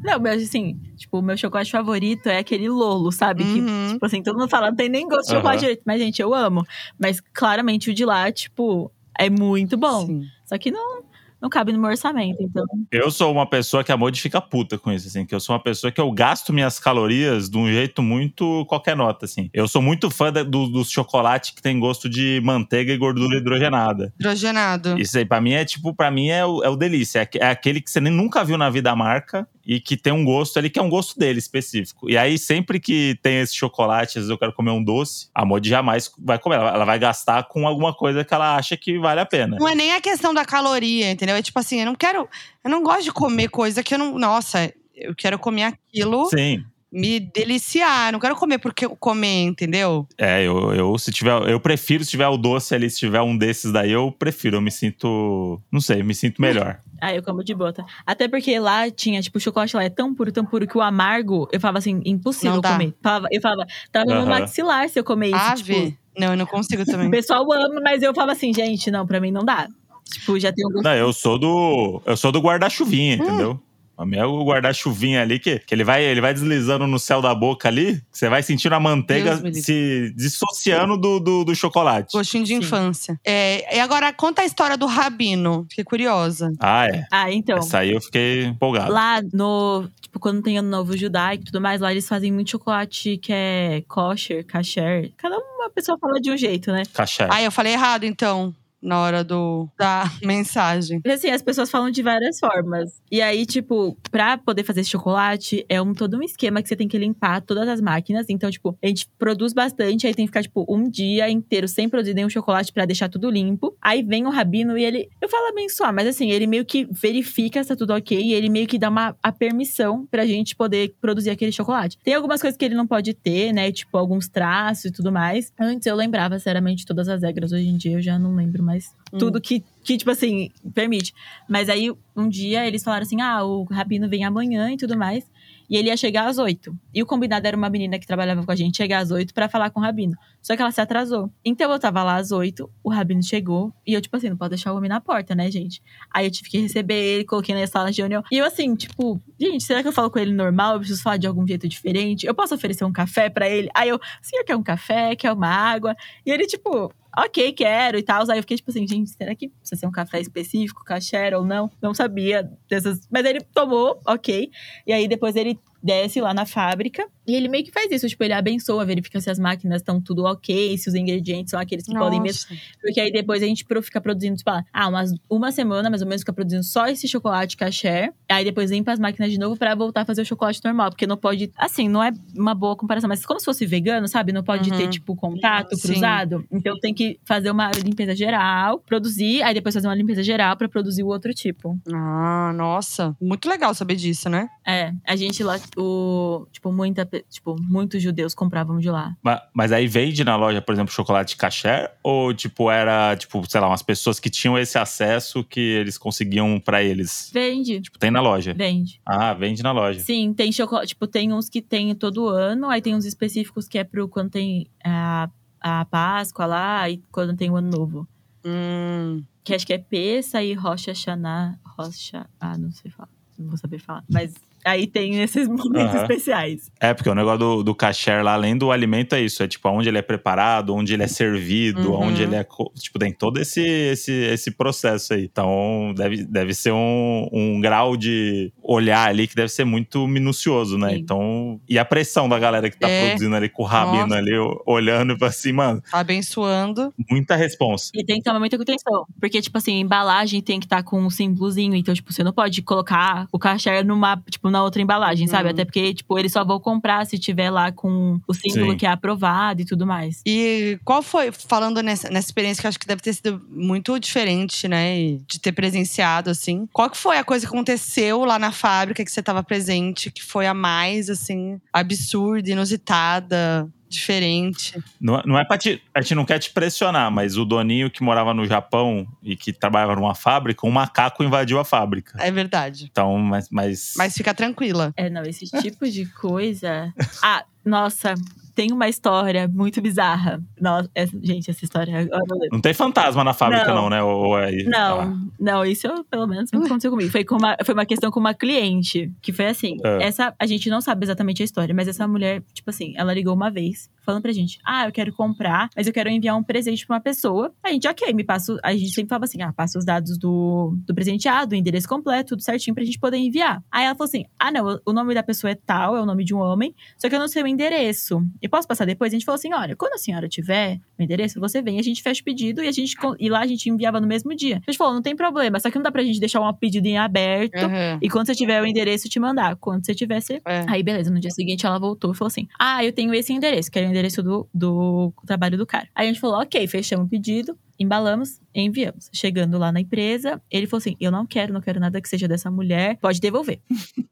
Não, mas assim, tipo, o meu chocolate favorito é aquele Lolo, sabe? Que Uhum. Tipo assim, todo mundo fala, não tem nem gosto de chocolate Aham. direito. Mas, gente, eu amo. Mas claramente o de lá, tipo, é muito bom. Sim. Só que não, não cabe no meu orçamento. Então, Eu sou uma pessoa que a Modi fica puta com isso, assim. Que eu sou uma pessoa que eu gasto minhas calorias de um jeito muito qualquer nota, assim. Eu sou muito fã da- do- dos chocolates que tem gosto de manteiga e gordura hidrogenada. Hidrogenado. Isso aí, pra mim, é tipo, pra mim é o, é o delícia. É aque- É aquele que você nem nunca viu na vida a marca e que tem um gosto ali, que é um gosto dele específico. E aí, sempre que tem esse chocolate, às vezes eu quero comer um doce, a Modi jamais vai comer. Ela ela vai gastar com alguma coisa que ela acha que vale a pena. Não é nem a questão da caloria, entendeu? É tipo assim, eu não quero. Eu não gosto de comer coisa que eu não. Nossa, eu quero comer aquilo, Sim. me deliciar. Não quero comer porque eu comer, entendeu? É, eu, eu se tiver, eu prefiro se tiver o doce ali, se tiver um desses daí, eu prefiro, eu me sinto, não sei, me sinto *laughs* melhor. aí eu como de bota. Até porque lá tinha, tipo, o chocolate lá é tão puro, tão puro que o amargo, eu falava assim, impossível Não dá. Ah, comer. Falava- eu falava, tava no Aham. maxilar se eu comer isso. Ave. Tipo, Não, eu não *laughs* consigo também. o pessoal ama, mas eu falava assim, gente, não, pra mim não dá. Tipo, já tem um gosto. Não, eu sou do, eu sou do guarda-chuvinha, Hum. entendeu? A minha é o guarda-chuvinha ali que, que ele vai, ele vai deslizando no céu da boca ali, que você vai sentindo a manteiga Deus me livre. se dissociando do, do, do chocolate. Gostinho de Sim. infância. É, e agora, conta a história do Rabino. Fiquei curiosa. Ah, é. Ah, então. Essa aí eu fiquei empolgado. Lá no. Tipo, quando tem ano novo judaico e tudo mais, lá eles fazem muito chocolate que é kosher, kasher. Cada uma pessoa fala de um jeito, né? Caché. Ah, eu falei errado, então, na hora do, da *laughs* mensagem. Mas assim, as pessoas falam de várias formas. E aí, tipo, pra poder fazer esse chocolate, é um todo um esquema que você tem que limpar todas as máquinas. Então, tipo, a gente produz bastante, aí tem que ficar, tipo, um dia inteiro sem produzir nenhum chocolate pra deixar tudo limpo. Aí vem o rabino e ele. Eu falo abençoar, mas assim, ele meio que verifica se tá tudo ok e ele meio que dá uma, a permissão pra gente poder produzir aquele chocolate. Tem algumas coisas que ele não pode ter, né? Tipo, alguns traços e tudo mais. Antes eu lembrava, sinceramente, todas as regras. Hoje em dia eu já não lembro mais Hum. tudo que, que, tipo assim, permite. Mas aí, um dia, eles falaram assim: ah, o Rabino vem amanhã e tudo mais. E ele ia chegar às oito. E o combinado era uma menina que trabalhava com a gente chegar às oito pra falar com o Rabino. Só que ela se atrasou. Então eu tava lá às oito, o Rabino chegou. E eu, tipo assim, não pode deixar o homem na porta, né, gente? Aí eu tive que receber ele, coloquei na sala de reunião. E eu, assim, tipo, gente, será que eu falo com ele normal? Eu preciso falar de algum jeito diferente? Eu posso oferecer um café pra ele? Aí eu, o senhor quer um café? Quer uma água? E ele, tipo, ok, quero e tal. Aí eu fiquei tipo assim, gente, será que precisa ser um café específico, caché ou não? Não sabia dessas. Mas ele tomou, ok. E aí depois ele desce lá na fábrica e ele meio que faz isso, tipo, ele abençoa, verifica se as máquinas estão tudo ok, se os ingredientes são aqueles que podem mesmo. Nossa. Porque aí depois a gente pro- fica produzindo, tipo, ah, umas, uma semana mais ou menos fica produzindo só esse chocolate caché. Aí depois limpa as máquinas de novo pra voltar a fazer o chocolate normal. Porque não pode. Assim, não é uma boa comparação, mas como se fosse vegano, sabe? Não pode Uhum. ter, tipo, contato Sim. cruzado. Então tem que fazer uma limpeza geral, produzir, aí depois fazer uma limpeza geral pra produzir o outro tipo. Ah, nossa. Muito legal saber disso, né? É, a gente lá o, tipo, muita, pe- tipo, muitos judeus compravam de lá. Ma- Mas aí vende na loja, por exemplo, chocolate caché? Ou, tipo, era, tipo, sei lá, umas pessoas que tinham esse acesso que eles conseguiam pra eles? Vende. Tipo, tem na loja. Vende. Ah, vende na loja. Sim, tem chocolate. Tipo, tem uns que tem todo ano, aí tem uns específicos que é pro quando tem a, a Páscoa lá e quando tem o Ano Novo. Hum. Que acho que é Pessa e Rocha Xaná. Rocha. Ah, não sei falar. Não vou saber falar. Mas aí tem esses *laughs* momentos Aham. especiais. É, porque o negócio do, do kasher lá, além do alimento, é isso. É tipo, aonde ele é preparado, onde ele é servido, Uhum. aonde ele é. co- Tipo, tem todo esse, esse, esse processo aí. Então, deve, deve ser um, um grau de olhar ali que deve ser muito minucioso, né? Sim. Então. E a pressão da galera que tá É. produzindo ali com o rabino Nossa. ali, o- olhando e falando assim, mano, Tá Abençoando. muita responsa. E tem que tomar muita atenção. Porque, tipo assim, a embalagem tem que estar com um símbolozinho. Então, tipo, você não pode colocar o cachê numa, tipo, na outra embalagem, sabe? Uhum. Hum. Até porque, tipo, eles só vão comprar se tiver lá com o símbolo Sim. que é aprovado e tudo mais. E qual foi, falando nessa, nessa experiência que eu acho que deve ter sido muito diferente, né? e De ter presenciado, assim. Qual que foi a coisa que aconteceu lá na fábrica que você estava presente, que foi a mais, assim, absurda, inusitada, diferente? Não, não é pra te. A gente não quer te pressionar, mas o Doninho que morava no Japão e que trabalhava numa fábrica, um macaco invadiu a fábrica. É verdade. Então, mas. Mas, Mas fica tranquila. É, não, esse tipo de coisa. Ah, nossa, tem uma história muito bizarra. Nossa, essa- gente, essa história. é agora eu lembro. Não tem fantasma na fábrica, não, Não. né? Ou, ou é... Ah, Não, não, isso eu, pelo menos não aconteceu comigo. Foi, com uma, foi uma questão com uma cliente, que foi assim. É. Essa, a gente não sabe exatamente a história, mas essa mulher, tipo assim, ela ligou uma vez, falando pra gente: Ah, eu quero comprar, mas eu quero enviar um presente pra uma pessoa. A gente, ok, me passa. o- A gente sempre falava assim: Ah, passa os dados do, do presenteado, o endereço completo, tudo certinho pra gente poder enviar. Aí ela falou assim: Ah, não, o nome da pessoa é tal, é o nome de um homem, só que eu não sei o endereço. E posso passar depois? A gente falou assim: olha, quando a senhora tiver o endereço, você vem, a gente fecha o pedido e a gente co- e lá a gente enviava no mesmo dia. A gente falou, não tem problema, só que não dá pra gente deixar um pedido em aberto. Uhum. E quando você tiver o endereço, te mandar. Quando você tiver, você É. Aí, beleza, no dia seguinte ela voltou e falou assim: Ah, eu tenho esse endereço, que era o endereço do, do trabalho do cara. Aí a gente falou: Ok, fechamos o pedido, embalamos, enviamos. Chegando lá na empresa, ele falou assim: Eu não quero, não quero nada que seja dessa mulher, pode devolver.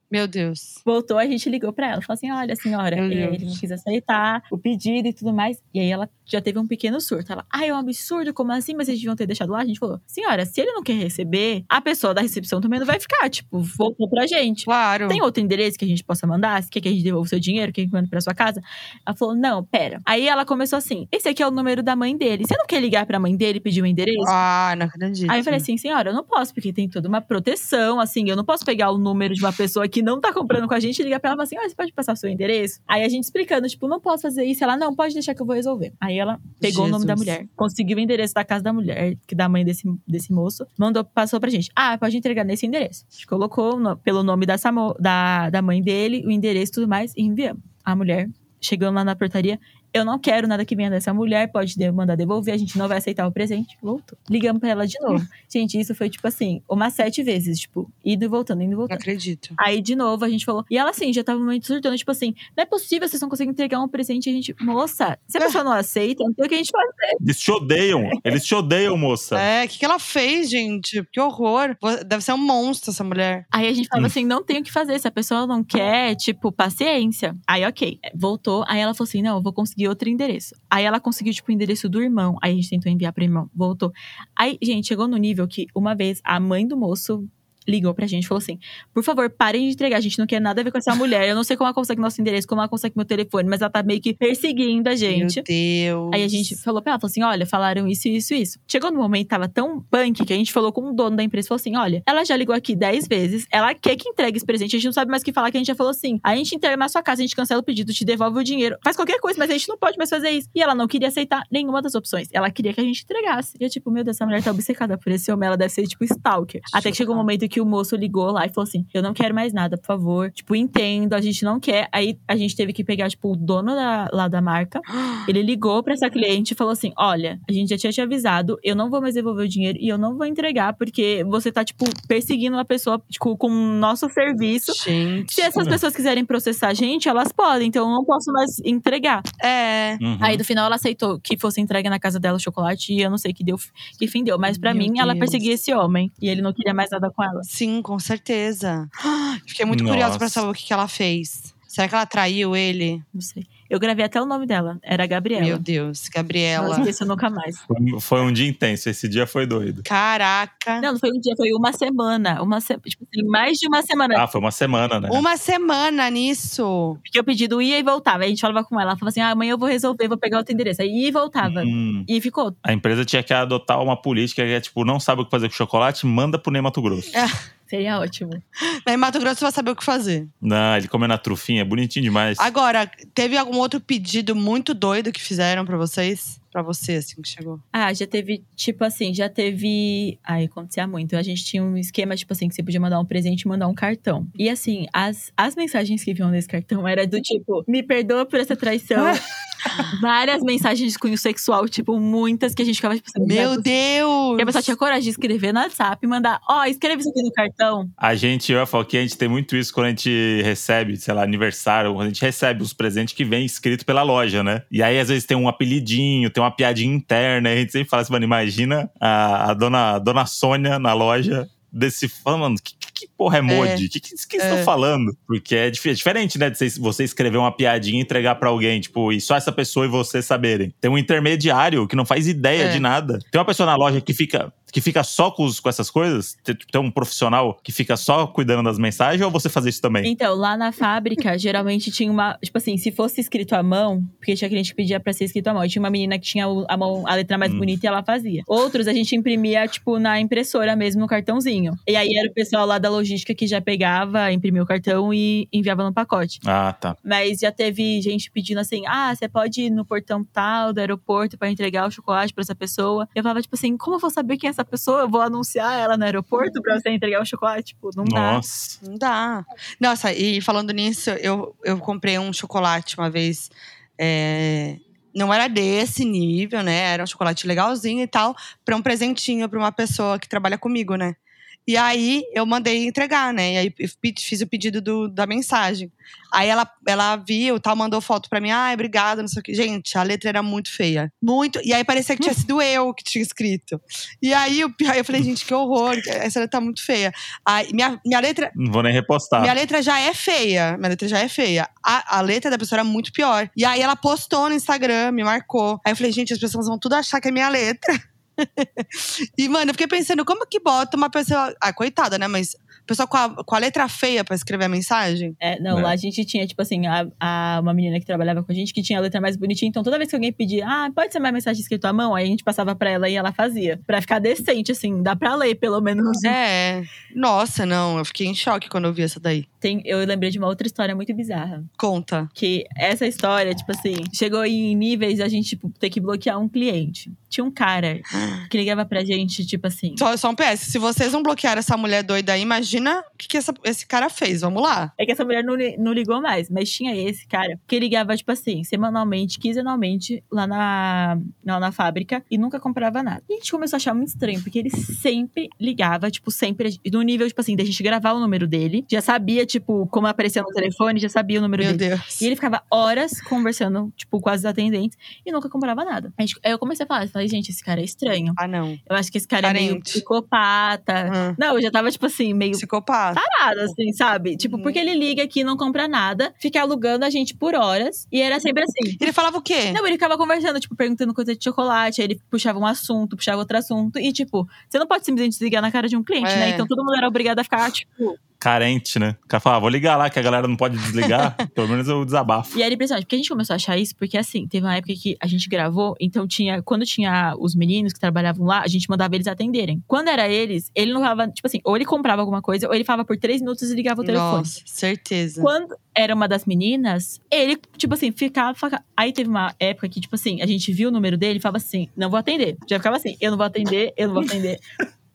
Meu Deus. Voltou, a gente ligou pra ela, falou assim: Olha, senhora, Meu eh, Deus. ele não quis aceitar o pedido e tudo mais. E aí ela já teve um pequeno surto. Ela, ah, é um absurdo, como assim? Mas eles deviam ter deixado lá. A gente falou: Senhora, se ele não quer receber, a pessoa da recepção também não vai ficar, tipo, voltou pra gente. Claro. Tem outro endereço que a gente possa mandar? Você quer que a gente devolva o seu dinheiro? Quer que manda pra sua casa? Ela falou, não, pera. Aí ela começou assim: esse aqui é o número da mãe dele. Você não quer ligar pra mãe dele e pedir o endereço? Ah, não acredito. um Aí eu falei assim, senhora, eu não posso, porque tem toda uma proteção, assim, eu não posso pegar o número de uma pessoa que não tá comprando com a gente e ligar pra ela e falar assim, olha, você pode passar o seu endereço? Aí a gente explicando, tipo, não posso fazer isso. Ela, não, pode deixar que eu vou resolver. Aí ela pegou o nome Jesus. da mulher, conseguiu o endereço da casa da mulher, que da mãe desse, desse moço, mandou, passou pra gente. Ah, pode entregar nesse endereço. A gente colocou o no- pelo nome dessa, mo- da, da mãe dele, o endereço e tudo mais, e enviamos. A mulher, chegando lá na portaria, eu não quero nada que venha dessa mulher, pode de- mandar devolver, a gente não vai aceitar o presente. Voltou. Ligamos pra ela de novo. gente, isso foi tipo assim, umas sete vezes, tipo, indo e voltando, indo e Não voltando. acredito. Aí, de novo, a gente falou. E ela, assim, já tava muito surtando, tipo assim, não é possível, vocês não conseguem entregar um presente. E a gente, moça, se a pessoa não aceita, não tem o que a gente faz. Eles te odeiam. Eles te odeiam, moça. É, o que, que ela fez, gente? Que horror. Vo- Deve ser um monstro essa mulher. Aí a gente falava assim, não tem o que fazer, se a pessoa não quer, tipo, paciência. Aí, ok, voltou. Aí ela falou assim, não, eu vou conseguir outro endereço. Aí ela conseguiu, tipo, o endereço do irmão. Aí a gente tentou enviar pro irmão, voltou. Aí, gente, chegou no nível que uma vez a mãe do moço ligou pra gente e falou assim: por favor, parem de entregar, a gente não quer nada a ver com essa mulher. Eu não sei como ela consegue nosso endereço, como ela consegue meu telefone, mas ela tá meio que perseguindo a gente. Meu Deus. Aí a gente falou pra ela, falou assim, olha, falaram isso, isso, isso. Chegou no momento, tava tão punk que a gente falou com o dono da empresa, falou assim, olha, ela já ligou aqui 10 vezes, ela quer que entregue esse presente, a gente não sabe mais o que falar, que a gente já falou assim, a gente entrega na sua casa, a gente cancela o pedido, te devolve o dinheiro, faz qualquer coisa, mas a gente não pode mais fazer isso. E ela não queria aceitar nenhuma das opções, ela queria que a gente entregasse. E eu tipo, meu Deus, essa mulher tá obcecada por esse homem, ela deve ser tipo stalker. Até que chegou um momento que o moço ligou lá e falou assim, eu não quero mais nada, por favor. Tipo, entendo, a gente não quer. Aí a gente teve que pegar, tipo, o dono da- lá da marca, ele ligou pra essa cliente e falou assim: Olha, a gente já tinha te avisado, eu não vou mais devolver o dinheiro e eu não vou entregar, porque você tá, tipo, perseguindo uma pessoa, tipo, com o nosso serviço. Gente. Se essas pessoas quiserem processar a gente, elas podem, então eu não posso mais entregar. É. Uhum. Aí, no final, ela aceitou que fosse entregue na casa dela o chocolate e eu não sei que, deu, que fim deu, mas pra Meu mim, ela Deus. perseguia esse homem e ele não queria mais nada com ela. Sim, com certeza. *gasps* Fiquei muito curiosa pra Nossa. saber o que, que ela fez. Será que ela traiu ele? Não sei. Eu gravei até o nome dela. Era a Gabriela. Meu Deus, Gabriela. Não esqueço nunca mais. Foi- Foi um dia intenso, esse dia foi doido. Caraca. Não, não foi um dia, foi uma semana. Uma se... Tipo assim, mais de uma semana. Ah, foi uma semana, né? Uma semana nisso. Porque o pedido ia e voltava. Aí a gente falava com ela, ela falava assim: ah, amanhã eu vou resolver, vou pegar outro endereço. Aí ia e voltava. Hum. E ficou. A empresa tinha que adotar uma política que é tipo, não sabe o que fazer com chocolate, manda pro Ney Mato Grosso. Seria ótimo. Mas em Mato Grosso vai saber o que fazer. Não, ele comeu na trufinha, é bonitinho demais. Agora, teve algum outro pedido muito doido que fizeram pra vocês? Pra você, assim, que chegou. Ah, já teve, tipo assim, já teve. Ai, acontecia muito. A gente tinha um esquema, tipo assim, que você podia mandar um presente e mandar um cartão. E assim, as, as mensagens que vinham nesse cartão era do tipo, me perdoa por essa traição. Várias mensagens de cunho sexual, tipo, muitas que a gente ficava, tipo assim, Meu E a pessoa Deus! tinha coragem de escrever no WhatsApp e mandar, ó, escreve isso aqui no cartão. A gente, eu e a Foquinha, a gente tem muito isso quando a gente recebe, sei lá, aniversário, quando a gente recebe os presentes que vem escrito pela loja, né? E aí, às vezes, tem um apelidinho, tem uma piadinha interna, e a gente sempre fala assim, mano, imagina a, a dona, a dona Sônia na loja decifrando, mano, que, que- que porra é mod? O que, que, que eles estão É. falando? Porque é, dif- é diferente, né, de você- você escrever uma piadinha e entregar pra alguém, tipo, e só essa pessoa e você saberem. Tem um intermediário que não faz ideia É. de nada. Tem uma pessoa na loja que fica, que fica só com, os- com essas coisas? Tem, tem um profissional que fica só cuidando das mensagens ou você fazer isso também? Então, lá na fábrica, geralmente tinha uma. Tipo assim, se fosse escrito à mão, porque tinha cliente que pedia pra ser escrito à mão. E tinha uma menina que tinha o- a mão, a letra mais Hum. bonita e ela fazia. Outros a gente imprimia, tipo, na impressora mesmo, no cartãozinho. E aí era o pessoal lá da logística que já pegava, imprimia o cartão e enviava no pacote. Ah, tá. Mas já teve gente pedindo assim: ah, você pode ir no portão tal do aeroporto pra entregar o chocolate pra essa pessoa. Eu falava, tipo assim, como eu vou saber quem é essa pessoa? Eu vou anunciar ela no aeroporto pra você entregar o chocolate? Tipo, não dá. Nossa. Não dá. Nossa, e falando nisso, eu, eu comprei um chocolate uma vez. é, Não era desse nível, né? Era um chocolate legalzinho e tal, pra um presentinho pra uma pessoa que trabalha comigo, né? E aí eu mandei entregar, né? E aí eu pedi- fiz o pedido do- da mensagem. Aí ela, ela viu, tal, mandou foto pra mim. Ai, obrigada, não sei o quê. Gente, a letra era muito feia. Muito. E aí parecia que tinha sido eu que tinha escrito. E aí eu, eu falei, gente, que horror, essa letra tá muito feia. Aí, minha, minha letra Não vou nem repostar. minha letra já é feia. Minha letra já é feia. A, a letra da pessoa era muito pior. E aí ela postou no Instagram, me marcou. Aí eu falei, gente, as pessoas vão tudo achar que é minha letra. *laughs* e, mano, eu fiquei pensando, como que bota uma pessoa. Ah, coitada, né? Mas pessoa com a, com a letra feia pra escrever a mensagem? É, não, É. lá a gente tinha, tipo assim, a, a- uma menina que trabalhava com a gente que tinha a letra mais bonitinha. Então, toda vez que alguém pedia, ah, pode ser mais mensagem escrita à mão, aí a gente passava pra ela e ela fazia. Pra ficar decente, assim, dá pra ler, pelo menos. É. Nossa, não. Eu fiquei em choque quando eu vi essa daí. Tem, eu lembrei de uma outra história muito bizarra. Conta. Que essa história, tipo assim, chegou em níveis a gente, tipo, ter que bloquear um cliente. Tinha um cara que ligava pra gente, tipo assim. Só, só um PS. Se vocês não bloquearam essa mulher doida aí, imagina o que, que essa- esse cara fez. Vamos lá. É que essa mulher não, li- não ligou mais, mas tinha esse cara que ligava, tipo assim, semanalmente, quinzenalmente, lá na, lá na fábrica e nunca comprava nada. E a gente começou a achar muito estranho, porque ele sempre ligava, tipo, sempre, no nível, tipo assim, da gente gravar o número dele, já sabia, tipo, como aparecia no telefone, já sabia o número Meu dele. Deus. E ele ficava horas conversando, tipo, com as atendentes e nunca comprava nada. A gente- Aí eu comecei a falar, eu falei, gente, esse cara é estranho. Ah, não. Eu acho que esse cara é meio Carente. psicopata. Ah, Não, eu já tava, tipo assim, meio psicopata. parado, assim, sabe? Tipo, Uhum. porque ele liga aqui e não compra nada, fica alugando a gente por horas. E era sempre assim. Ele falava o quê? Não, ele ficava conversando, tipo, perguntando coisa de chocolate, aí ele puxava um assunto, puxava outro assunto. E, tipo, você não pode simplesmente desligar na cara de um cliente, É. né? Então todo mundo era obrigado a ficar, tipo. Carente, né? O cara fala, ah, vou ligar lá que a galera não pode *laughs* desligar. Pelo menos eu desabafo. E era impressionante, "Ah, porque a gente começou a achar isso, porque assim, teve uma época que a gente gravou, então tinha. Quando tinha os meninos que trabalhavam lá, a gente mandava eles atenderem. Quando era eles, ele não falava, tipo assim, ou ele comprava alguma coisa, ou ele falava por três minutos e ligava o telefone. Nossa, certeza. Quando era uma das meninas, ele, tipo assim, ficava. fica- Aí teve uma época que, tipo assim, a gente viu o número dele e falava assim: não vou atender. Já ficava assim: eu não vou atender, eu não vou atender.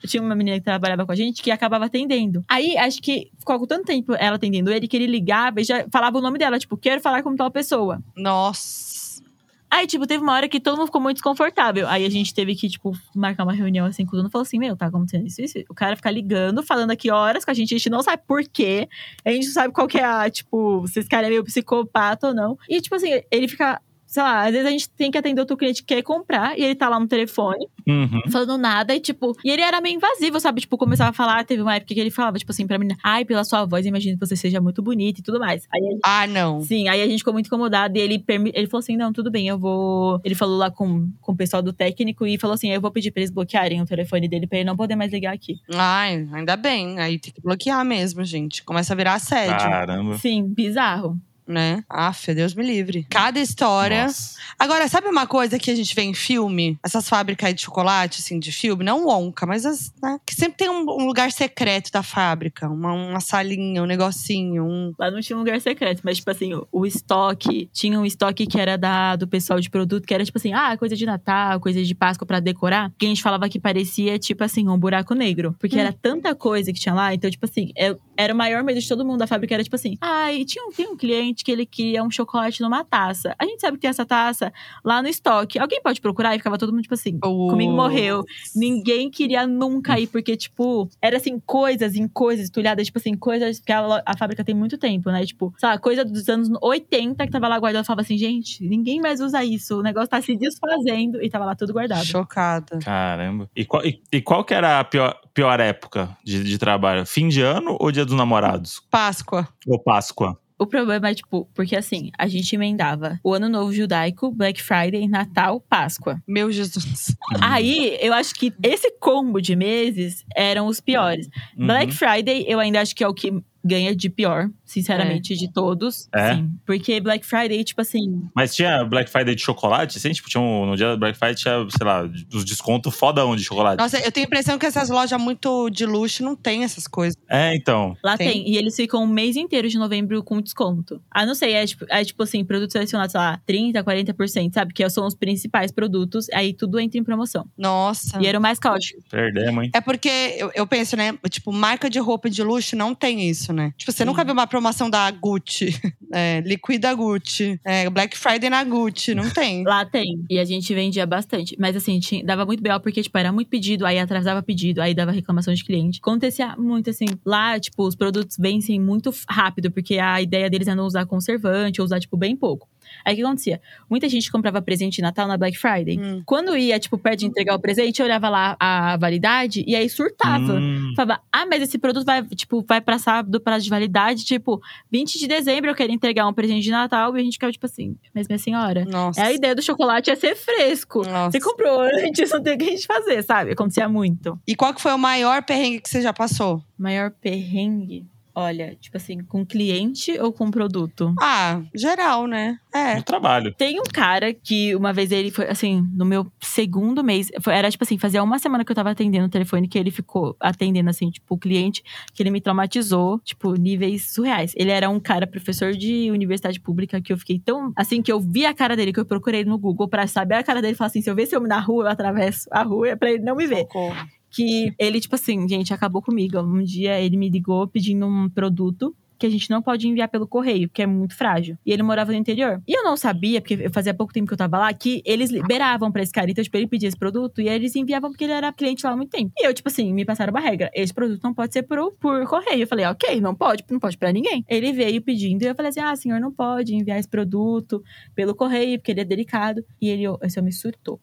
Tinha uma menina que trabalhava com a gente que acabava atendendo. Aí, acho que ficou com tanto tempo ela atendendo ele que ele ligava e já falava o nome dela, tipo, quero falar com tal pessoa. Nossa. Aí, tipo, teve uma hora que todo mundo ficou muito desconfortável. Aí a gente teve que, tipo, marcar uma reunião assim com o dono e falou assim: Meu, tá acontecendo isso, isso. O cara fica ligando, falando aqui horas com a gente, a gente não sabe por quê. A gente não sabe qual que é a, tipo, se esse cara é meio psicopata ou não. E, tipo assim, ele fica. sei lá, às vezes a gente tem que atender outro cliente que quer comprar e ele tá lá no telefone Uhum. falando nada e tipo, e ele era meio invasivo, sabe? Tipo, começava a falar, teve uma época que ele falava tipo assim pra menina, ai, pela sua voz, imagino que você seja muito bonita e tudo mais. Aí a Ah, não. Sim, aí a gente ficou muito incomodado e ele, permi- ele falou assim: não, tudo bem, eu vou. Ele falou lá com, com o pessoal do técnico e falou assim: eu vou pedir pra eles bloquearem o telefone dele pra ele não poder mais ligar aqui. Ai, ainda bem. Aí tem que bloquear mesmo, gente. Começa a virar assédio, Caramba. Sim, bizarro. né? Aff, Deus me livre. Cada história. Nossa. Agora, sabe uma coisa que a gente vê em filme? Essas fábricas aí de chocolate, assim, de filme, não Wonka, mas as, né? Que sempre tem um, um lugar secreto da fábrica, uma, uma salinha, um negocinho, um. Lá não tinha um lugar secreto, mas, tipo assim, o, o estoque. Tinha um estoque que era da, do pessoal de produto, que era tipo assim, ah, coisa de Natal, coisa de Páscoa pra decorar. Que a gente falava que parecia, tipo assim, um buraco negro. Porque Hum. era tanta coisa que tinha lá. Então, tipo assim, é- era o maior medo de todo mundo da fábrica. Era tipo assim, ah, e tinha, um- tem um cliente que ele queria um chocolate numa taça. A gente sabe que tem essa taça lá no estoque. Alguém pode procurar? E ficava todo mundo, tipo assim, Comigo morreu. Ninguém queria nunca ir, porque, tipo, era assim, coisas em coisas entulhadas, tipo assim, coisas que a, lo- a fábrica tem muito tempo, né? Tipo, sei lá, coisa dos anos 80 que tava lá guardada. Eu falava assim, gente, ninguém mais usa isso, o negócio tá se desfazendo e tava lá tudo guardado. Chocada. Caramba. E qual, e, e qual que era a pior, pior época de, de trabalho? Fim de ano ou dia dos namorados? Páscoa. Ou Páscoa? O problema é, tipo, porque assim, a gente emendava o Ano Novo Judaico, Black Friday, Natal, Páscoa. Meu Jesus. Aí, eu acho que esse combo de meses eram os piores. Uhum. Black Friday, eu ainda acho que é o que ganha de pior, sinceramente, de todos. É? Sim. Porque Black Friday, tipo assim, Mas tinha Black Friday de chocolate, assim? Tipo, tinha um, no dia da Black Friday tinha, sei lá, os descontos fodão de chocolate. Nossa, eu tenho a impressão que essas lojas muito de luxo não tem essas coisas. É, então. lá tem. Tem. E eles ficam um mês inteiro de novembro com desconto. Ah, não sei, é tipo, é, tipo assim, produtos selecionados, sei lá, 30%, 40%, sabe? Que são os principais produtos, aí tudo entra em promoção. Nossa. E era o mais caótico. Perdemos, hein? É porque eu, eu penso, né? Tipo, marca de roupa de luxo não tem isso, né? Tipo, você Sim. nunca viu uma promoção da Gucci, *laughs* é, liquida Gucci, é, Black Friday na Gucci, não *laughs* tem. Lá tem. E a gente vendia bastante. Mas assim, tinha- dava muito B.O. porque, tipo, era muito pedido, aí atrasava pedido, aí dava reclamação de cliente. Acontecia muito assim. Lá, tipo, os produtos vencem muito f- rápido, porque a ideia deles é não usar conservante ou usar, tipo, bem pouco. Aí o que acontecia? Muita gente comprava presente de Natal na Black Friday. Hum. Quando ia, tipo, perto de entregar o presente, eu olhava lá a validade e aí surtava. Hum, Falava, ah, mas esse produto vai, tipo, vai passar do prazo de validade, tipo, 20 de dezembro eu quero entregar um presente de Natal. E a gente ficava, tipo assim, mas minha senhora, Nossa. é, a ideia do chocolate é ser fresco. Nossa. Você comprou antes, não tem o que a gente fazer, sabe? Acontecia muito. E qual que foi o maior perrengue que você já passou? Maior perrengue, olha, tipo assim, com cliente ou com produto? Ah, geral, né? É. No trabalho. Tem um cara que uma vez ele foi, assim, no meu segundo mês, foi- era tipo assim, fazia uma semana que eu tava atendendo o telefone, que ele ficou atendendo, assim, tipo, o cliente, que ele me traumatizou, tipo, níveis surreais. Ele era um cara professor de universidade pública que eu fiquei tão, assim, que eu vi a cara dele, que eu procurei no Google pra saber a cara dele, falar assim, se eu ver esse homem na rua, eu atravesso a rua, é pra ele não me ver. Socorro. que ele, tipo assim, gente, acabou comigo. Um dia ele me ligou pedindo um produto que a gente não pode enviar pelo correio, que é muito frágil. E ele morava no interior. E eu não sabia, porque eu fazia pouco tempo que eu tava lá, que eles liberavam pra esse cara. Então, tipo, ele pedia esse produto e aí eles enviavam porque ele era cliente lá há muito tempo. E eu, tipo assim, me passaram uma regra. Esse produto não pode ser por, por correio. Eu falei, ok, não pode, não pode pra ninguém. Ele veio pedindo e eu falei assim, ah, senhor, não pode enviar esse produto pelo correio, porque ele é delicado. E ele, ó, esse homem surtou.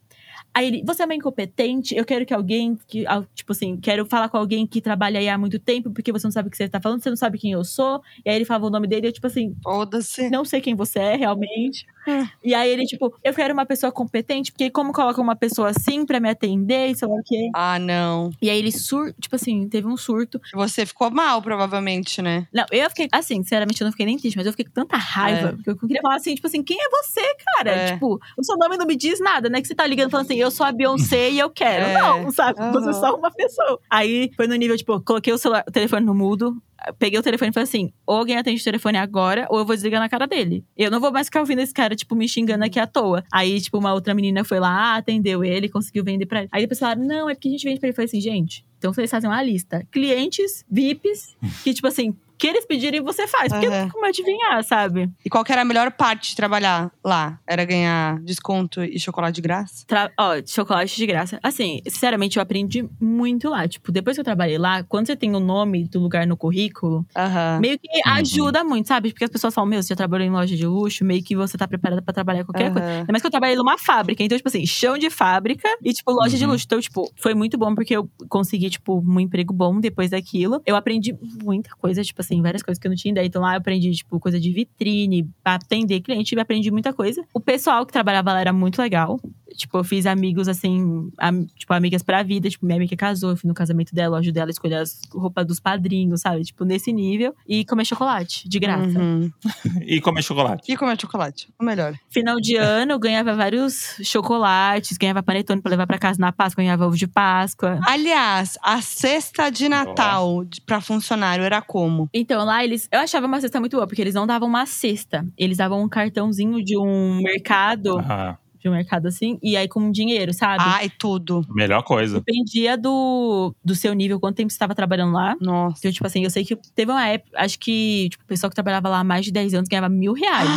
Aí ele, você é uma incompetente, eu quero que alguém, que, ah, tipo assim, quero falar com alguém que trabalha aí há muito tempo, porque você não sabe o que você tá falando, você não sabe quem eu sou. E aí ele falava o nome dele, eu, tipo assim, Foda-se. não sei quem você é realmente. Hum. E aí ele, tipo, eu quero uma pessoa competente, porque como coloca uma pessoa assim pra me atender, e sei lá o quê. Ah, não. E aí ele sur, tipo assim, teve um surto. Você ficou mal, provavelmente, né? Não, eu fiquei, assim, sinceramente, eu não fiquei nem triste, mas eu fiquei com tanta raiva. É. Porque eu queria falar assim, tipo assim, quem é você, cara? É. Tipo, o seu nome não me diz nada, né? Que você tá ligando falando assim, eu sou a Beyoncé e eu quero. É. Não, sabe? Você é Aham. só uma pessoa. Aí foi no nível, tipo, coloquei o, celular, o telefone no mudo, peguei o telefone e falei assim: ou alguém atende o telefone agora, ou eu vou desligar na cara dele. Eu não vou mais ficar ouvindo esse cara, tipo, me xingando aqui à toa. Aí, tipo, uma outra menina foi lá, atendeu ele, conseguiu vender pra ele. Aí depois falaram: não, é porque a gente vende pra ele. Eu falei assim, gente. Então vocês fazem uma lista. Clientes, VIPs, que, tipo assim, que eles pedirem, você faz. Porque Aham. não tem como eu adivinhar, sabe? E qual que era a melhor parte de trabalhar lá? Era ganhar desconto e chocolate de graça? Tra- Ó, chocolate de graça. Assim, sinceramente, eu aprendi muito lá. Tipo, depois que eu trabalhei lá, quando você tem o nome do lugar no currículo, Aham. meio que ajuda muito, sabe? Porque as pessoas falam, meu, você já trabalhou em loja de luxo, meio que você tá preparada pra trabalhar qualquer coisa. aham. Ainda mais que eu trabalhei numa fábrica. Então, tipo assim, chão de fábrica e, tipo, loja de Uhum. luxo. Então, tipo, foi muito bom porque eu consegui, tipo, um emprego bom depois daquilo. Eu aprendi muita coisa, tipo assim, várias coisas que eu não tinha ideia. Então lá eu aprendi, tipo, coisa de vitrine, atender cliente, eu aprendi muita coisa. O pessoal que trabalhava lá era muito legal. Tipo, eu fiz amigos, assim, am- tipo, amigas pra vida. Tipo, minha amiga casou, eu fui no casamento dela, eu ajudei ela a escolher as roupas dos padrinhos, sabe? Tipo, nesse nível. E comer chocolate, de graça. Uhum. E comer chocolate. E comer chocolate? O melhor. Final de ano, eu ganhava vários chocolates, ganhava panetone pra levar pra casa na Páscoa, ganhava ovo de Páscoa. Aliás, a cesta de Natal de- pra funcionário era como? Então lá eles. Eu achava uma cesta muito boa, porque eles não davam uma cesta. Eles davam um cartãozinho de um mercado, Ah, de um mercado assim, e aí com dinheiro, sabe? Ai, tudo. melhor coisa. Dependia do, do seu nível, quanto tempo você estava trabalhando lá. Nossa. Então, tipo assim, eu sei que teve uma época, acho que tipo, o pessoal que trabalhava lá há mais de 10 anos ganhava mil reais.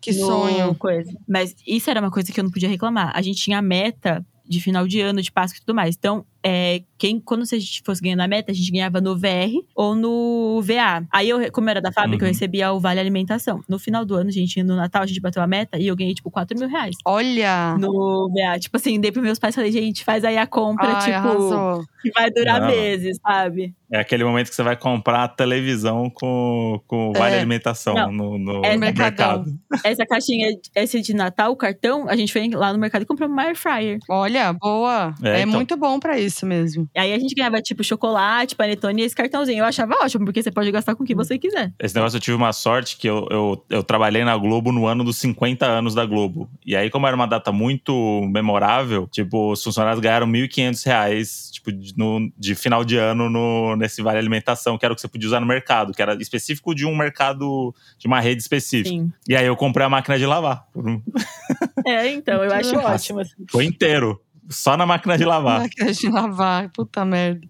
Que no- sonho. Coisa. Mas isso era uma coisa que eu não podia reclamar. A gente tinha a meta de final de ano, de Páscoa e tudo mais. Então, é, quem, quando a gente fosse ganhando a meta, a gente ganhava no VR ou no VA. Aí, eu, re- como era da fábrica, Uhum. eu recebia o Vale Alimentação. No final do ano, gente, no Natal, a gente bateu a meta e eu ganhei, tipo, 4 mil reais. Olha. No VA, tipo assim, dei pros meus pais e falei, gente, faz aí a compra, Ai, tipo, arrasou. que vai durar Não. meses, sabe? É aquele momento que você vai comprar a televisão com, com vale É. alimentação Não. no, no, É no mercadão. mercado. Essa caixinha, esse de Natal, o cartão, a gente foi lá no mercado e comprou uma air fryer. Olha, boa. É, É, então. muito bom pra isso mesmo. Aí a gente ganhava, tipo, chocolate, panetone e esse cartãozinho. Eu achava ótimo, porque você pode gastar com o que você quiser. Esse negócio eu tive uma sorte que eu, eu, eu trabalhei na Globo no ano dos 50 anos da Globo. E aí, como era uma data muito memorável, tipo, os funcionários ganharam 1.500 reais, tipo, de, no- de final de ano no, nesse Vale Alimentação, que era o que você podia usar no mercado, que era específico de um mercado, de uma rede específica. Sim. E aí eu comprei a máquina de lavar. por um- É, então, eu acho Nossa. ótimo. assim. Foi inteiro. Só na máquina de lavar. Máquina de lavar. Puta *laughs* merda.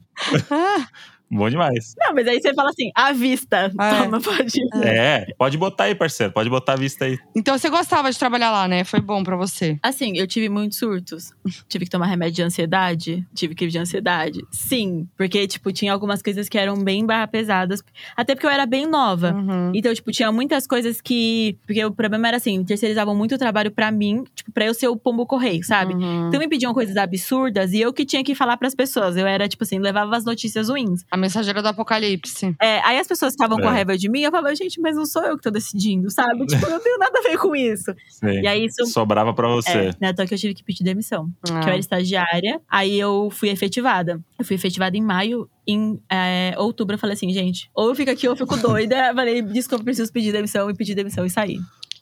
Bom demais. Não, mas aí você fala assim, à vista. Ah, é. Toma, pode. É, pode botar aí, parceiro. Pode botar a vista aí. Então você gostava de trabalhar lá, né? Foi bom pra você. Assim, eu tive muitos surtos. Tive que tomar remédio de ansiedade. Tive crise de ansiedade. Sim, porque, tipo, tinha algumas coisas que eram bem barra pesadas. Até porque eu era bem nova. Uhum. Então, tipo, tinha muitas coisas que. Porque o problema era assim, terceirizavam muito o trabalho pra mim, tipo, pra eu ser o pombo correio, sabe? Uhum. Então me pediam coisas absurdas e eu que tinha que falar pras pessoas. Eu era, tipo assim, levava as notícias ruins. A mensageira do apocalipse. É, aí as pessoas estavam com É. raiva de mim, eu falava, gente, mas não sou eu que tô decidindo, sabe? Tipo, eu não tenho nada a ver com isso. Sim. E aí isso. Sobrava pra É, você. né, então que eu tive que pedir demissão. Que eu Ah. era estagiária, aí eu fui efetivada. Eu fui efetivada em maio, em é, outubro eu falei assim, gente, ou eu fico aqui ou eu fico doida. Eu falei, desculpa, preciso pedir demissão e pedir demissão e sair.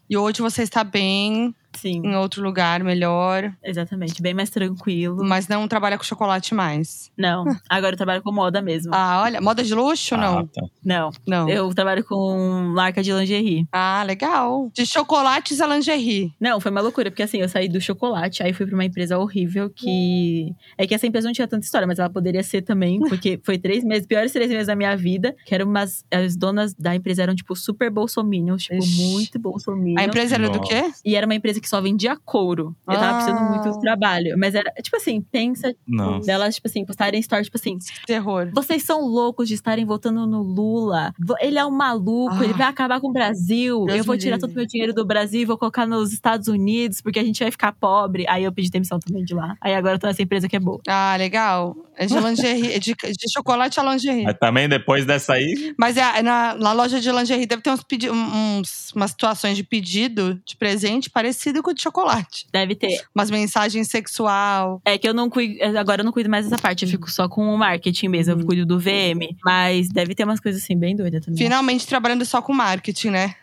E hoje você está bem, Sim, em outro lugar, melhor. exatamente. Bem mais tranquilo. Mas não trabalha com chocolate mais. Não, agora eu trabalho com moda mesmo. Ah, olha. Moda de luxo? Ah, Não. tá. Não. Não. Eu trabalho com marca de lingerie. Ah, legal. De chocolates a lingerie. Não, foi uma loucura, porque assim, eu saí do chocolate, aí fui pra uma empresa horrível Hum. que. É que essa empresa não tinha tanta história, mas ela poderia ser *laughs* também, porque foi três meses, piores três meses da minha vida, que eram umas. As donas da empresa eram, tipo, super bolsominions, tipo, Ixi. muito A bolsominions. empresa era do Nossa. quê? E era uma empresa que só vendia couro. Eu Ah. tava precisando muito do trabalho. Mas era, tipo assim, pensa Não. delas, tipo assim, postarem stories, tipo assim, Que terror. Vocês são loucos de estarem votando no Lula. Vo- Ele é um maluco, Ah. ele vai acabar com o Brasil. Deus eu vou me tirar livre. todo o meu dinheiro do Brasil e vou colocar nos Estados Unidos, porque a gente vai ficar pobre. Aí eu pedi demissão também de lá. Aí agora eu tô nessa empresa que é boa. Ah, legal. É de lingerie, é de, de chocolate a lingerie. Mas também depois dessa aí, Mas é, é na, na loja de lingerie deve ter uns, pedi- um- uns- umas situações de pedido de presente parecido com o de chocolate. Deve ter. Umas mensagens sexual. É que eu não cuido. Agora eu não cuido mais dessa parte. Eu fico só com o marketing mesmo. Uhum. Eu cuido do VM. Mas deve ter umas coisas assim bem doidas Hum. também. Finalmente trabalhando só com marketing, né?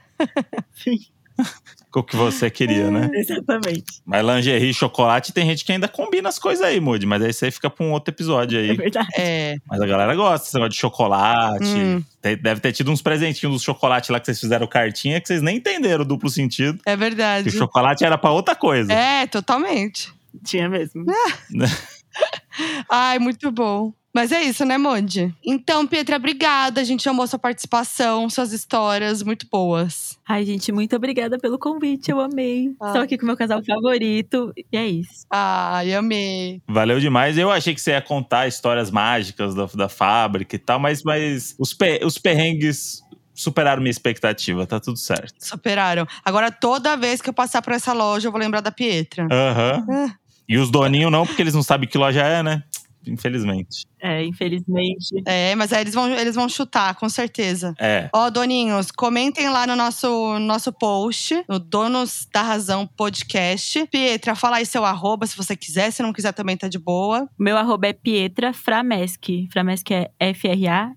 o que você queria, É. né? *laughs* Exatamente. Mas lingerie e chocolate, tem gente que ainda combina as coisas aí, Moody. Mas aí você fica pra um outro episódio É aí. verdade. É. Mas a galera gosta desse negócio de chocolate. Hum. Te- Deve ter tido uns presentinhos dos chocolates lá que vocês fizeram cartinha que vocês nem entenderam o duplo sentido. É Que o verdade. chocolate era pra outra coisa. É, totalmente. Tinha mesmo. Ai, muito bom. Mas é isso, né, Monde? Então, Pietra, obrigada. A gente amou sua participação, suas histórias muito boas. Ai, gente, muito obrigada pelo convite. Eu amei. Ah. Estou aqui com o meu casal favorito. E é isso. Ai, amei. Valeu demais. Eu achei que você ia contar histórias mágicas da, da fábrica e tal, mas, mas os, pe- os perrengues superaram minha expectativa, tá tudo certo. Superaram. Agora, toda vez que eu passar por essa loja, eu vou lembrar da Pietra. Aham. Ah. E os doninhos não, porque eles não sabem que loja é, né? Infelizmente. É, infelizmente. É, mas aí eles vão, eles vão chutar, com certeza. É. Ó, doninhos, comentem lá no nosso, nosso post, no Donos da Razão Podcast. Pietra, fala aí seu arroba, se você quiser. Se não quiser, também tá de boa. Meu arroba é Pietra Framesc. Framesc é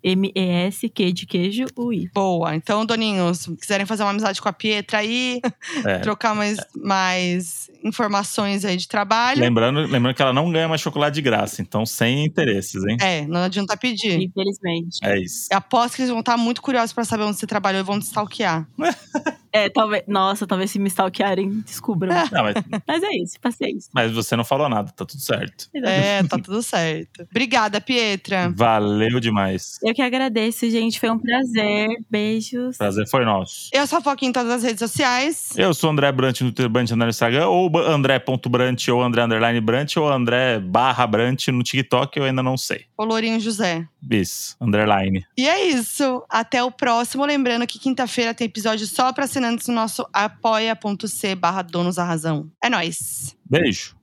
F-R-A-M-E-S-Q de queijo, UI. Boa. Então, doninhos, se quiserem fazer uma amizade com a Pietra aí, é. trocar mais, mais informações aí de trabalho. Lembrando, lembrando que ela não ganha mais chocolate de graça, então sem interesses, hein? É, não adianta pedir. Infelizmente. É isso. Eu aposto que eles vão estar muito curiosos pra saber onde você trabalhou e vão te stalkear. É, talvez. Nossa, talvez se me stalkearem, descubram. Não, mas, Mas é isso, passei isso. mas você não falou nada, tá tudo certo. É, tá tudo certo. Obrigada, Pietra. Valeu demais. Eu que agradeço, gente. Foi um prazer. Beijos. Prazer foi nosso. Eu sou a Foquinha em todas as redes sociais. Eu sou o André Brant no Twitter Brant no Instagram, ou ba- André.brant, ou André Underline Brant, ou André barra Brant no TikTok, eu ainda não sei. O Lourinho José. Isso, Underline. E é isso. Até o próximo. Lembrando que quinta-feira tem episódio só para assinantes no nosso apoia.c barra donos da razão. É nóis. Beijo.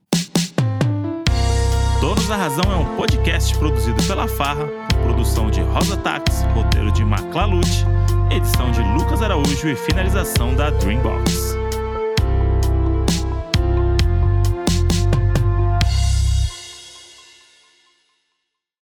Donos da Razão é um podcast produzido pela Farra, com produção de Rosa Tax, roteiro de Maclalute, edição de Lucas Araújo e finalização da Dreambox.